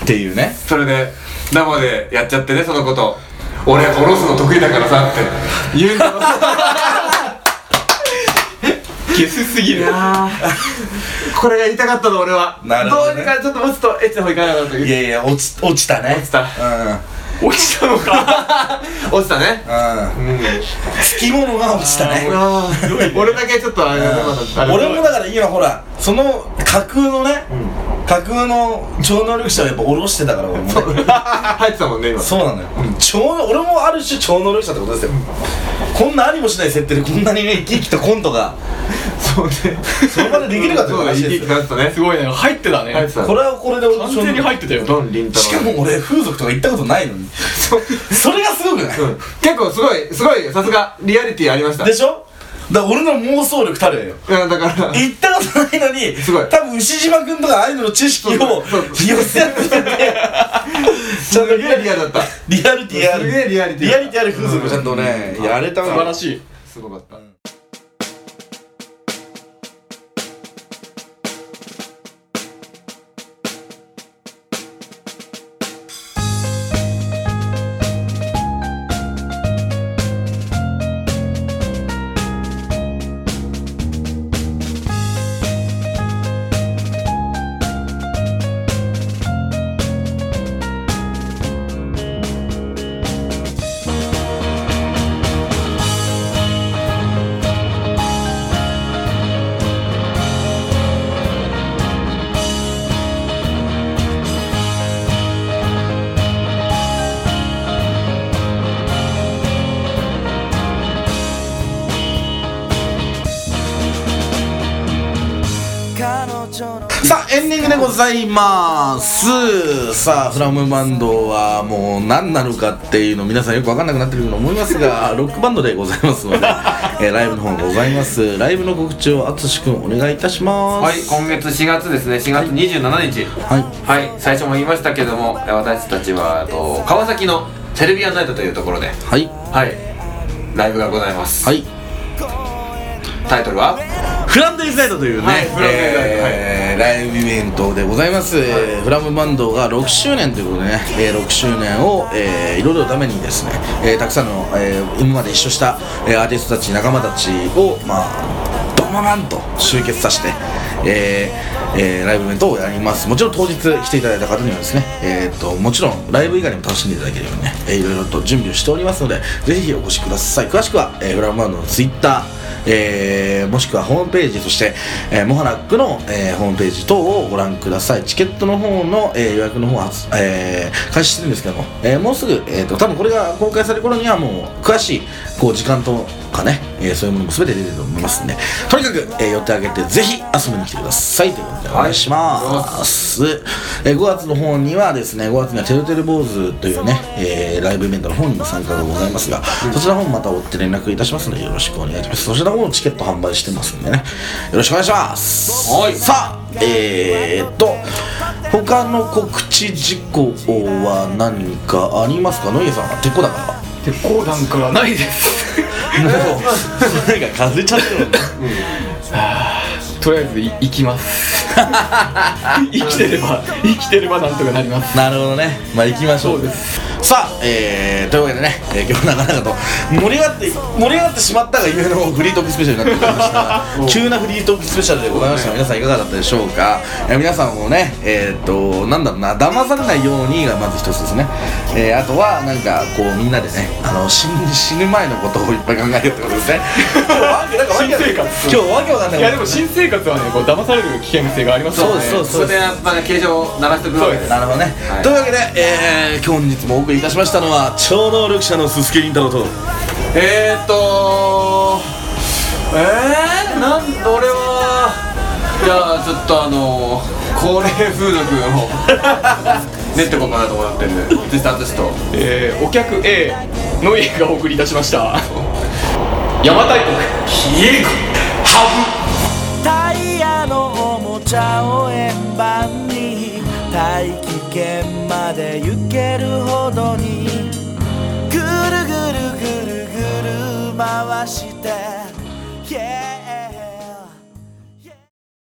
っていうねそれで生でやっちゃってねそのこと俺下ろすの得意だからさって言うんだろゲスすぎるこれが言いたかったの俺はなるほどねうにかちょっともうちょっとエッチな方いかなかったといいうやいや落ち落ちたね落ちた落ちたのか [LAUGHS] 落ちたねうんうんつきものが落ちたねあー俺だけちょっとあれだねまだあれ俺もだから今ほらその架空のね、架空の超能力者をやっぱ下ろしてたから俺もね入ってたもんね今そうなのよ、超俺もある種超能力者ってことですよ、こんなありもしない設定でこんなにね生き生きとコントがそうねそれまでできるかというそうだ話生ですき生きよなってたねすごいね入ってたね入ってたこれはこれで俺の完超能全に力入ってたよドンリンタしかも俺風俗とか行ったことないのにそそれがすごくない、うん結構すごいすごいよさすがリアリティありましたでしょだから俺の妄想力たるやようんだから行ったことないのにすごい多分牛島君とかアイドルの知識をそうそう寄せ合っててちゃんと [LAUGHS] すげえリアルだったリアリティあすげえるリアリティリアリティある風俗ちゃんとねうんやれた素晴らしいすごかったさあエンディングでございますさあフラムバンドはもう何なのかっていうの皆さんよく分かんなくなってくると思いますが [LAUGHS] ロックバンドでございますので、 [LAUGHS] えーライブの方ございますライブの告知を淳君お願いいたしますはい今月4月ですね4月27日はいはい最初も言いましたけども私たちはえっと川崎のセルビアンナイトというところではいはいライブがございます、はいタイトルはフランデイズナイトというね、はいフランデイズナイトえーライブイベントでございます、えーフラムバンドが6周年ということでね、えー6周年を、えー、彩るためにですね、えーたくさんの、えー今まで一緒した、えーアーティストたち仲間たちをまあドママンと集結させて、えーえーライブイベントをやりますもちろん当日来ていただいた方にはですね、えー、ともちろんライブ以外にも楽しんでいただけるようにね、えーいろいろと準備をしておりますのでぜひお越しください詳しくは、えーフラムバンドのツイッターえーもしくはホームページそして、えーモハラックの、えーホームページ等をご覧くださいチケットの方の、えー予約の方は、えー開始してるんですけども、えーもうすぐ、えー、と多分これが公開される頃にはもう詳しいこう時間とかね、えーそういうものも全て出てると思いますんでとにかく、えー寄ってあげてぜひ遊びに来てくださいということでお願いします、えー5月の方にはですね5月には「てるてる坊主」というね、えーライブイベントの方にも参加がございますが、そちらの方もまた追って連絡いたしますのでよろしくお願いいたしますそちらの方もチケット販売してますんでねよろしくお願いしますはいさあえー、っと他の告知事項は何かありますかノイエさんはてこだ [LAUGHS] から鉄鋼弾からないですもう [LAUGHS] それが風邪ちゃってるとりあえずい行きます [LAUGHS] 生きてれば生きてればなんとかなりますなるほどねまあ行きましょうそうですさあ、えー、というわけでね、えー今日なかなかと盛り上がって盛り上がってしまったがゆえのフリートークスペシャルになって [LAUGHS] おりましたが急なフリートークスペシャルでございましたが皆さんいかがだったでしょうか、えー皆さんもねえーっとなんだろうな騙されないようにがまず一つですね、えーあとはなんかこうみんなでねあの死ぬ死ぬ前のことをいっぱい考えるってこと [LAUGHS] ですね今日わけなんかわけわかんない新生活今日わけわかんないいやでも新生活はねこう騙される危険性がありますからそうねですそうですそれでやっぱね形状を鳴らしてくるわけですなるほどね、はいというわけで、えー、今日もお送りいたしましたのは超能力者のすすけりんたろとえーっとえー、なん俺はじゃあちょっとあの高齢風俗を練ってこうかなと思ってる実際私とえーお客 A の家がお送りいたしました邪馬台国タイヤのおもちゃを円盤に大気圏まで行けるほどにぐるぐるぐるぐる回して、Yeah